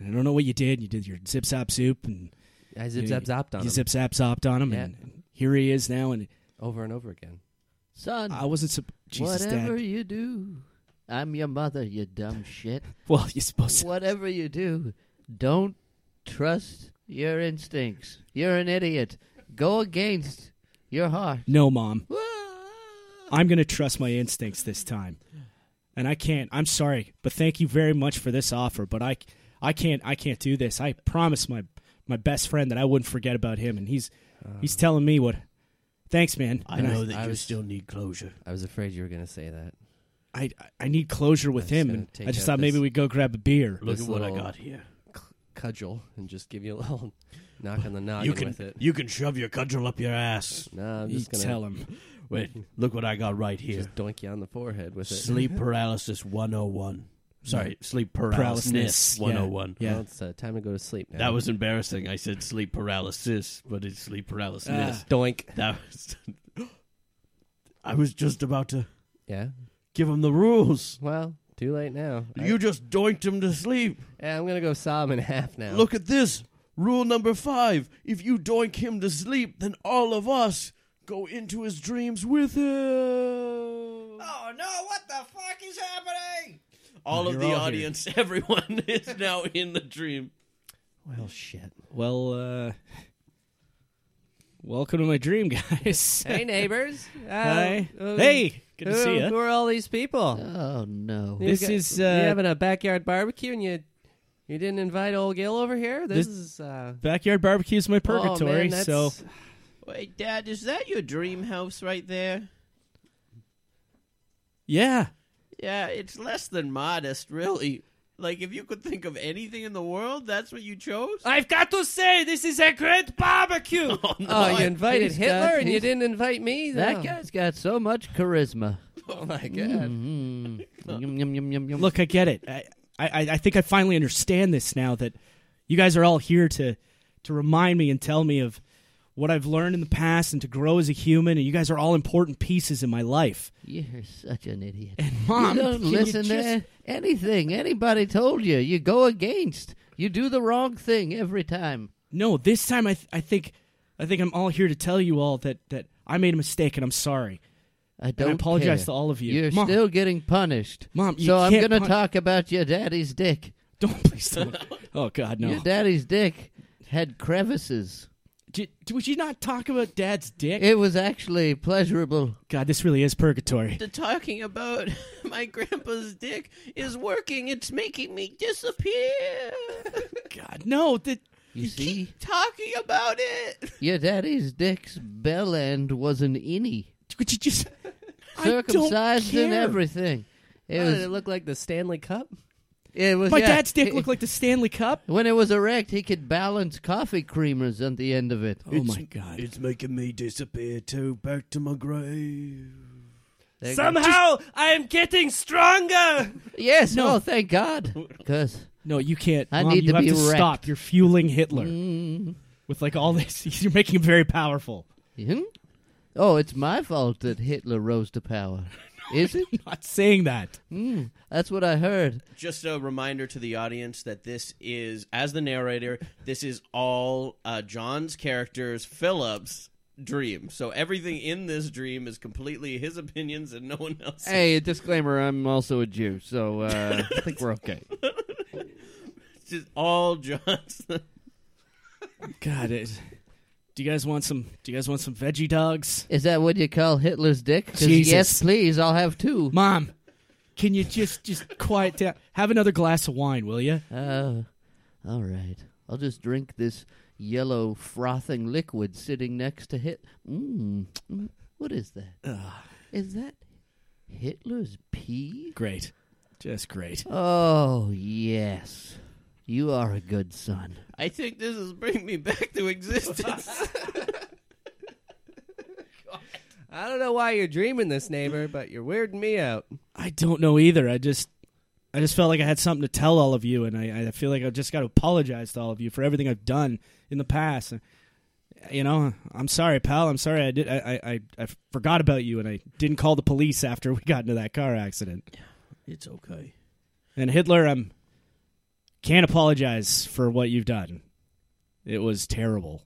S4: And I don't know what you did. You did your zip zap soup and
S1: I zip
S4: you-
S1: zap zapped on
S4: you
S1: him
S4: zip zap zopped on him,
S1: Yeah.
S4: and here he is now. And
S1: over and over again.
S3: Son,
S4: I wasn't sup- Jesus,
S3: whatever
S4: Dad.
S3: you do, I'm your mother, you dumb shit.
S4: Well, you're supposed to.
S3: whatever you do, don't trust your instincts. You're an idiot. Go against your heart.
S4: No, mom. I'm going to trust my instincts this time. And I can't. I'm sorry, but thank you very much for this offer, but I I can't I can't do this. I promised my my best friend that I wouldn't forget about him and he's
S1: Uh,
S4: he's telling me what Thanks, man.
S2: I
S4: And
S2: know that
S1: I
S2: you
S1: was-
S2: still need closure.
S1: I was afraid you were going to say that.
S4: I I need closure
S1: I'm
S4: with
S1: just
S4: him
S1: gonna
S4: and
S1: take
S4: I just
S1: out
S4: thought maybe
S1: this-
S4: we'd go grab a beer.
S2: Look
S1: This
S2: at what I
S1: little-
S2: got here.
S1: Cudgel and just give you a little knock on the noggin
S2: You can
S1: with it.
S2: you can shove your cudgel up your ass.
S1: No, I'm
S4: You
S1: just going
S4: tell him.
S2: Wait, look what I got right here.
S1: just doink you on the forehead with it.
S2: Sleep paralysis 101. Sorry, sleep
S4: Paralysis,
S2: paralysis
S4: yeah.
S2: 101.
S4: Yeah.
S1: Well, it's uh, time to go to sleep now.
S2: That was embarrassing. I said sleep paralysis, but it's sleep paralysis.
S4: Ah.
S1: doink.
S2: That was I was just about to
S1: Yeah.
S2: give him the rules.
S1: Well, too late now. I-
S2: You just doinked him to sleep.
S1: Yeah, I'm going to go saw him in half now.
S2: Look at this.
S6: Rule number five if you doink him to sleep, then all of us go into his dreams with him.
S2: Oh no! What the fuck is happening? All of
S4: You're
S2: the
S4: all here.
S2: audience, everyone is now in the dream.
S1: Well, shit.
S4: Well, uh, welcome to my dream, guys.
S1: Hey, neighbors. Uh,
S4: Hi.
S1: uh, oh,
S4: hey, good to
S1: who-
S4: see
S1: Who
S4: you.
S1: are all these people?
S3: Oh no.
S1: You
S4: This
S1: got-
S4: is,
S1: you
S4: uh,
S1: having a backyard barbecue, and you you didn't invite old Gil over here. This,
S4: This-
S1: is uh,
S4: Backyard barbecue is
S1: oh,
S4: my
S1: man,
S4: purgatory.
S1: that's-
S4: so
S5: Wait, Dad, is that your dream house right there?
S4: yeah,
S5: Yeah, it's less than modest, really. Like, if you could think of anything in the world, that's what you chose?
S4: I've got to say this is a great barbecue.
S1: oh, you invited
S3: he's
S1: Hitler,
S3: got-
S1: and you
S3: he's-
S1: didn't invite me.
S3: That
S1: Oh.
S3: guy's got so much charisma.
S5: Oh my god.
S3: Mm. Yum, yum, yum, yum, yum.
S4: Look, I get it. I, I, I think I finally understand this now that you guys are all here to to remind me and tell me of what I've learned in the past and to grow as a human. And you guys are all important pieces in my life.
S3: you're such an idiot.
S4: Mom,
S3: you don't
S4: can you
S3: listen
S4: just-
S3: to anything anybody told you. You go against. You do the wrong thing every time.
S4: No, this time I, th- I think I think I'm all here to tell you all that that I made a mistake and I'm sorry.
S3: I
S4: And
S3: don't
S4: I apologize
S3: care.
S4: to all of you.
S3: You're
S4: Mom,
S3: still getting punished.
S4: Mom, you
S3: so I'm
S4: can't
S3: gonna
S4: pun-
S3: talk about your daddy's dick.
S4: don't please don't. oh God, no.
S3: Your daddy's dick had crevices.
S4: Did, would you not talk about Dad's dick?
S3: It was actually pleasurable.
S4: God, this really is purgatory.
S5: The talking about my grandpa's dick is working. It's making me disappear.
S4: God, no. That,
S3: You see,
S5: talking about it.
S3: your daddy's dick's bell end was an innie,
S4: could you just
S3: circumcised
S4: I don't
S3: and
S4: care.
S3: everything. It
S1: Oh, did it
S3: was.
S1: look like the Stanley Cup?
S3: It was.
S4: My
S3: yeah,
S4: dad's dick
S3: it-
S4: looked like the Stanley Cup.
S3: When it was erect, he could balance coffee creamers on the end of it.
S4: Oh my God!
S6: It's making me disappear too, back to my grave.
S3: There you go.
S1: Somehow I am getting stronger.
S3: yes.
S4: No.
S3: Oh, thank God. Because
S4: no, you can't.
S3: I
S4: Mom,
S3: need
S4: you
S3: to
S4: have
S3: be
S4: to
S3: wrecked. Mm.
S4: stop. You're fueling Hitler with like all this. You're making him very powerful.
S3: oh, it's my fault that Hitler rose to power. Is it?
S4: Not saying that.
S3: Mm, that's what I heard.
S2: Just a reminder to the audience that this is, as the narrator, this is all uh, John's character's Phillips dream. So everything in this dream is completely his opinions and no one else.
S3: Hey, disclaimer: I'm also a Jew, so uh, I think we're okay.
S2: It's just all John's.
S4: God, it, do you guys want some? Do you guys want some veggie dogs?
S3: Is that what you call Hitler's dick? 'Cause
S4: Jesus.
S3: yes, please, I'll have two.
S4: Mom, can you just just quiet down? Have another glass of wine, will you?
S3: Uh, all right, I'll just drink this yellow frothing liquid sitting next to Hit. Mm, mm, what is that? Is that Hitler's pee?
S4: Great, just great.
S3: Oh yes, you are a good son.
S5: I think this is bringing me back to existence.
S1: I don't know why you're dreaming this, neighbor, but you're weirding me out.
S4: I don't know either. I just I just felt like I had something to tell all of you, and I, I feel like I just got to apologize to all of you for everything I've done in the past. And, you know, I'm sorry, pal. I'm sorry. I did. I, I I I forgot about you, and I didn't call the police after we got into that car accident.
S6: It's okay.
S4: And Hitler, I'm can't apologize for what you've done. It was terrible.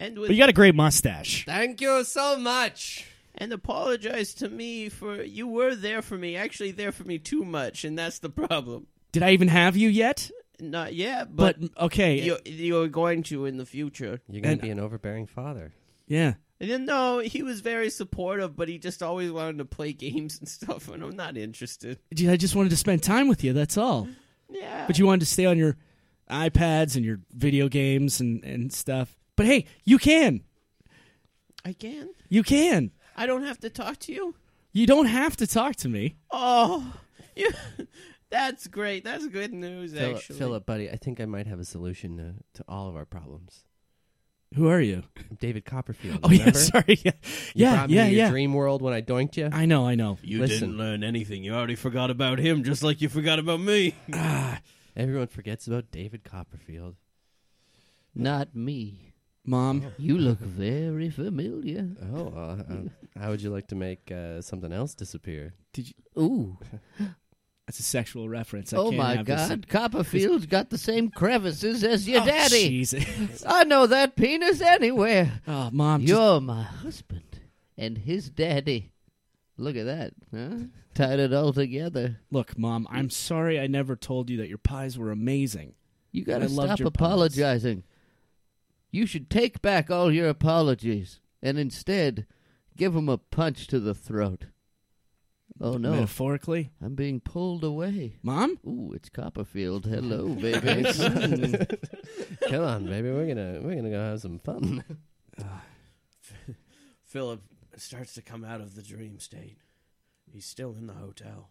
S5: and
S4: But you
S5: with
S4: got a great mustache.
S1: Thank you so much.
S5: and apologize to me for you were there for me, actually there for me too much, and that's the problem.
S4: Did I even have you yet?
S5: Not yet, but,
S4: But, okay,
S5: you you're going to in the future.
S1: You're gonna
S4: And-
S1: be an overbearing father.
S4: yeah.
S5: And then no, he was very supportive, but he just always wanted to play games and stuff, and I'm not interested.
S4: Dude, I just wanted to spend time with you. That's all.
S5: Yeah.
S4: But you wanted to stay on your iPads and your video games and, and stuff. But hey, you can.
S5: I can.
S4: You can.
S5: I don't have to talk to you.
S4: You don't have to talk to me.
S5: Oh, you, that's great. That's good news,
S1: Philip,
S5: actually.
S1: Philip, buddy, I think I might have a solution to, to all of our problems.
S4: Who are you?
S1: I'm David Copperfield.
S4: Oh yeah,
S1: remember?
S4: sorry. Yeah,
S1: You
S4: yeah,
S1: brought me
S4: yeah.
S1: to your
S4: yeah.
S1: dream world when I doinked you.
S4: I know, I know.
S5: You
S1: Listen.
S5: didn't learn anything. You already forgot about him, just like you forgot about me.
S1: Everyone forgets about David Copperfield.
S3: Not me.
S4: Mom,
S3: You look very familiar.
S1: Oh, uh, um, how would you like to make uh, something else disappear?
S3: Ooh,
S4: That's a sexual reference. I
S5: Oh
S4: can't
S5: my
S4: have this-
S5: God, Copperfield's got the same crevices as your
S4: Oh,
S5: daddy.
S4: Jesus.
S5: I know that penis anywhere.
S4: Oh, mom. just-
S5: You're my husband and his daddy. Look at that, huh? Tied it all together.
S4: look, mom. I'm sorry. I never told you that your pies were amazing.
S5: You gotta
S4: I loved
S5: stop
S4: your puns.
S5: apologizing. You should take back all your apologies and instead give him a punch to the throat. Oh no,
S4: Metaphorically,
S5: I'm being pulled away.
S4: mom.
S5: Ooh, it's Copperfield. Hello, baby. Mm.
S1: Come on, baby. We're gonna we're gonna go have some fun.
S2: Philip starts to come out of the dream state. He's still in the hotel.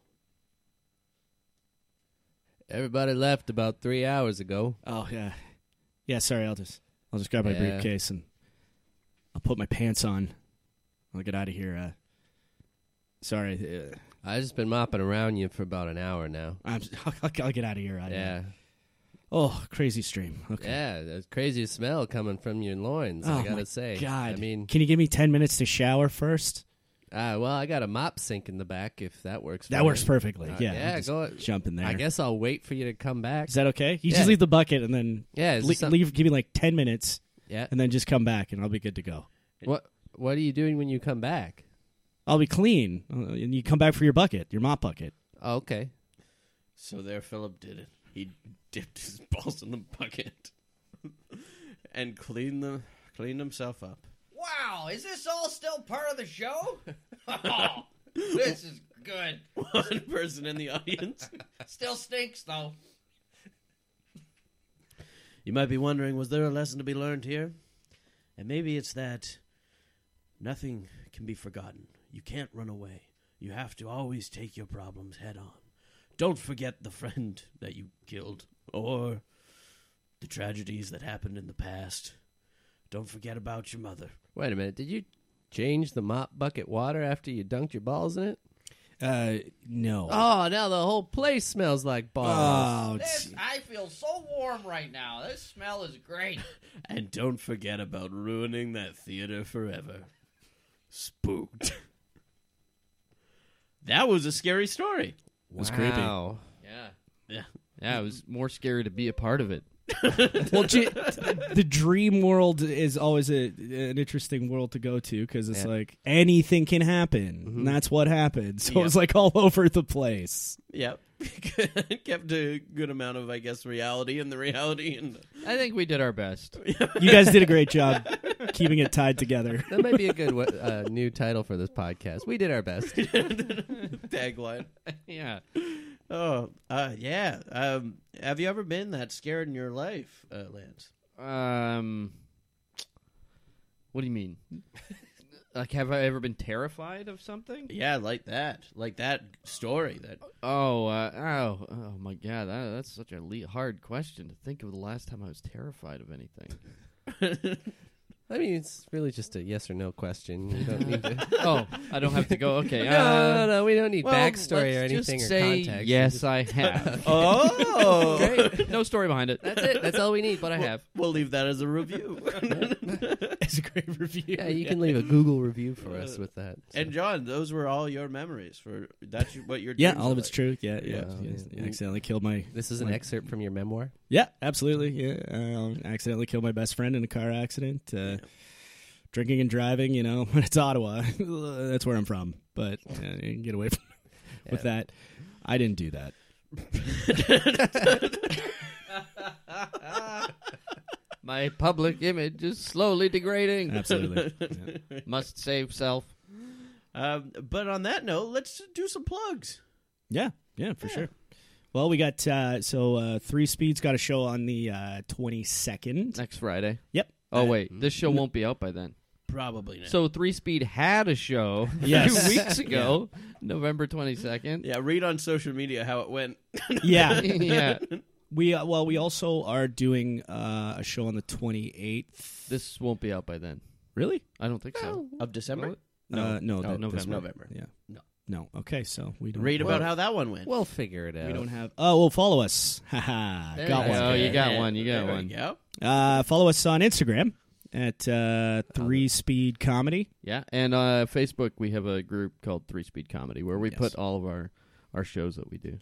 S1: Everybody left about three hours ago.
S4: Oh yeah, yeah. Sorry, I'll just I'll just grab my
S1: Yeah.
S4: briefcase and I'll put my pants on. I'll get out of here. Uh, sorry, uh,
S1: I've just been mopping around you for about an hour now.
S4: I'm, I'll, I'll get out of here. I,
S1: yeah,
S4: Oh, crazy stream. Okay.
S1: yeah. That crazy smell coming from your loins.
S4: Oh,
S1: I gotta
S4: my
S1: say.
S4: God.
S1: I mean,
S4: Can you give me ten minutes to shower first?
S1: uh, well, I got a mop sink in the back. If that works.
S4: That
S1: for
S4: works
S1: you.
S4: perfectly.
S1: Uh,
S4: yeah. I'll
S1: yeah.
S4: just
S1: Go.
S4: jump in there.
S1: I guess I'll wait for you to come back.
S4: Is that okay? You
S1: Yeah.
S4: just leave the bucket and then
S1: yeah. Is
S4: le-
S1: there some-
S4: leave. Give me like ten minutes
S1: Yeah.
S4: and then just come back and I'll be good to go.
S1: What What are you doing when you come back?
S4: I'll be clean Uh, and you come back for your bucket, your mop bucket.
S1: Oh, okay.
S2: So there, Philip did it. He dipped his balls in the bucket and cleaned them, cleaned himself up.
S3: Wow, is this all still part of the show? Oh, this is good.
S2: One person in the audience.
S3: Still stinks though.
S2: You might be wondering, was there a lesson to be learned here? And maybe it's that nothing can be forgotten. You can't run away. You have to always take your problems head on. Don't forget the friend that you killed or the tragedies that happened in the past. Don't forget about your mother.
S1: Wait a minute. Did you change the mop bucket water after you dunked your balls in it?
S4: Uh, no.
S1: Oh, now the whole place smells like balls.
S4: Oh,
S3: This
S4: gee.
S3: I feel so warm right now. This smell is great.
S2: And don't forget about ruining that theater forever. Spooked. that was a scary story.
S4: was creepy.
S1: Wow.
S5: yeah.
S2: Yeah.
S5: Yeah, it was more scary to be a part of it.
S4: well, gee, the dream world is always a, an interesting world to go to because it's
S1: Yeah.
S4: like anything can happen. And that's what happened. So it was like all over the place.
S2: Yep. Kept a good amount of, I guess, reality in the reality. And
S5: I think we did our best.
S4: You guys did a great job keeping it tied together.
S1: That might be a good uh, new title for this podcast. We did our best.
S2: tagline.
S5: yeah.
S2: Oh, uh, yeah. Um, have you ever been that scared in your life, uh, Lance?
S5: Um, what do you mean? like, have I ever been terrified of something?
S2: Yeah, like that. Like that story. That
S5: Oh, uh, oh, oh my God! That, that's such a le- hard question to think of. The last time I was terrified of anything.
S1: I mean, it's really just a yes or no question. You don't need to.
S5: oh, I don't have to go. Okay.
S1: No,
S5: uh,
S1: no, no, we don't need
S5: well,
S1: backstory or
S5: let's
S1: anything
S5: just
S1: or
S5: say
S1: context.
S5: Yes, I have.
S2: Oh,
S5: Great. No story behind it.
S1: that's it. That's all we need.
S5: But I have.
S2: we'll leave that as a review.
S4: It's a great review.
S1: Yeah, you can leave a Google review for
S4: Uh,
S1: us with that. So.
S2: and John, those were all your memories for that's what your
S4: Yeah,
S2: dreams
S4: all
S2: are
S4: of it's
S2: like.
S4: true. Yeah, yeah.
S1: Wow,
S4: Yes,
S1: yeah.
S4: I accidentally killed my.
S1: this is an
S4: Like-
S1: excerpt from your memoir.
S4: Yeah, absolutely. Yeah, um, accidentally killed my best friend in a car accident. Uh, Drinking and driving, you know, when it's Ottawa, that's where I'm from. But uh, you can get away from with that. I didn't do that.
S5: My public image is slowly degrading.
S4: Absolutely.
S5: Must save self.
S2: Um, but on that note, let's do some plugs.
S4: Yeah, yeah, for sure. Well, we got uh, so uh, Three Speeds got a show on the twenty second. uh, twenty second.
S5: Next Friday.
S4: Yep.
S5: Oh wait, this show won't be out by then.
S2: Probably not.
S5: So Three Speed had a show
S4: Yes.
S5: a few weeks ago, November twenty second.
S2: yeah, read on social media how it went.
S4: yeah,
S5: yeah,
S4: we uh, well we also are doing uh, a show on the twenty eighth.
S5: this won't be out by then.
S4: Really?
S5: I don't think so.
S2: of December.
S4: No, uh, no,
S5: No, Oh,
S4: that- that's-
S5: November.
S2: November.
S4: Yeah,
S2: No.
S4: no. Okay, so we don't
S2: Read about how that one went.
S1: We'll figure it out.
S4: We don't have. Oh, well, follow us. Haha,
S5: There
S4: got
S5: you
S4: one.
S5: go. oh, you got
S2: Yeah,
S5: one, you got
S2: there we
S5: one.
S2: go.
S4: Uh, follow us on Instagram at uh, Three Speed Comedy.
S5: Yeah, and uh, Facebook we have a group called Three Speed Comedy where we
S4: Yes.
S5: put all of our our shows that we do.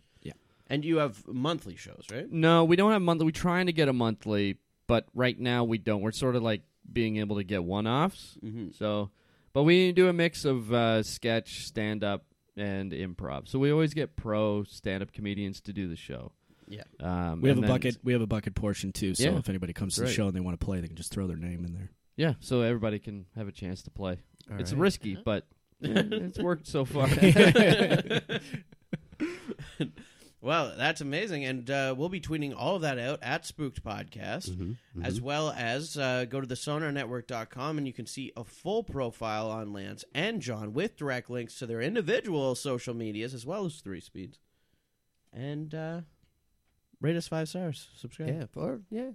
S2: And you have monthly shows, right?
S5: No, we don't have monthly. We're trying to get a monthly, but right now we don't. We're sort of like being able to get one offs.
S2: Mhm.
S5: So, but we do a mix of uh, sketch, stand up, and improv. So we always get pro stand up comedians to do the show.
S2: Yeah.
S5: um,
S4: We have
S5: and
S4: a
S5: then
S4: bucket. We have a bucket portion too. So
S5: Yeah.
S4: if anybody comes to the
S5: Great.
S4: show and they want to play, they can just throw their name in there.
S5: Yeah, so everybody can have a chance to play.
S1: All
S5: it's
S1: right.
S5: risky, but eh, it's worked so far.
S2: Well, that's amazing, and uh, we'll be tweeting all of that out at Spooked Podcast,
S1: Mm-hmm,
S2: as well as uh, go to the SonarNetwork.com, and you can see a full profile on Lance and John with direct links to their individual social medias, as well as Three Speeds. And uh, rate us five stars. Subscribe.
S1: Yeah, or yeah,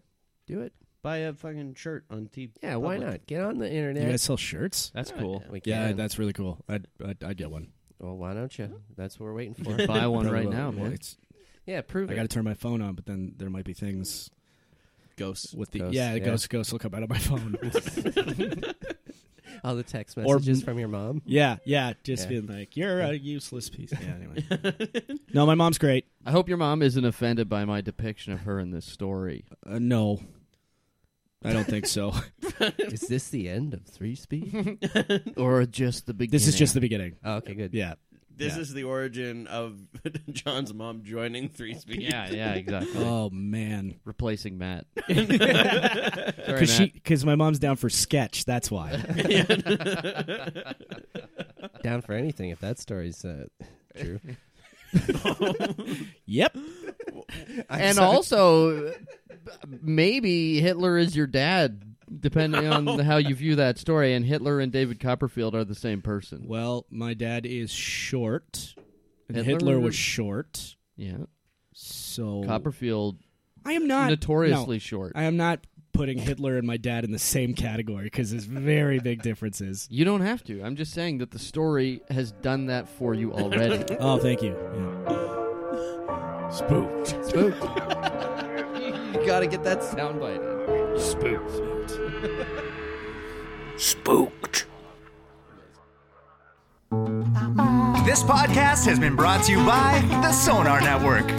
S1: do it.
S2: Buy a fucking shirt on T.
S1: Yeah, why
S2: Public.
S1: not? Get on the
S4: You
S1: internet. Oh,
S4: guys sell shirts?
S5: That's cool.
S1: we
S4: Yeah,
S1: can.
S4: that's really cool. I'd, I'd, I'd get one.
S1: well, why don't you? That's what we're waiting for.
S5: Buy one
S4: Probably
S5: right
S4: will.
S5: now,
S4: Yeah,
S5: boy.
S4: it's-
S1: yeah, prove
S4: I
S1: it.
S4: got to turn my phone on, but then there might be things
S2: Ghosts.
S4: with the
S1: Ghosts,
S4: yeah, the
S1: yeah.
S4: ghosts ghosts will come out of my phone.
S1: All the text
S4: Or
S1: messages
S4: m-
S1: from your mom.
S4: yeah, yeah, just
S1: Yeah.
S4: being like you're a useless piece. Yeah, anyway. no, my mom's great.
S5: I hope your mom isn't offended by my depiction of her in this story.
S4: Uh, no, I don't think so.
S1: Is this the end of three speed?
S5: or just the beginning.
S4: this is just the beginning.
S1: oh, okay, good.
S4: Yeah,
S2: This
S4: Yeah.
S2: is the origin of John's mom joining Three Speeds.
S5: Yeah, yeah, exactly.
S4: Oh man,
S5: Replacing Matt. Sorry,
S4: because
S5: Matt.
S4: she because my mom's down for sketch. That's why.
S1: Down for anything if that story's uh, true.
S4: yep.
S5: and also, maybe Hitler is your dad, depending on how you view that story. And Hitler and David Copperfield are the same person.
S4: Well, my dad is short. And
S5: Hitler-
S4: Hitler, was short.
S5: Yeah,
S4: So
S5: Copperfield
S4: I am not
S5: notoriously
S4: Oh. Uh, no,
S5: short.
S4: I am not putting Hitler and my dad in the same category because there's very big differences.
S5: you don't have to. I'm just saying that the story has done that for you already.
S4: Oh, thank you. Yeah.
S5: Spooked. you gotta get that soundbite in.
S8: This podcast has been brought to you by the Sonar Network.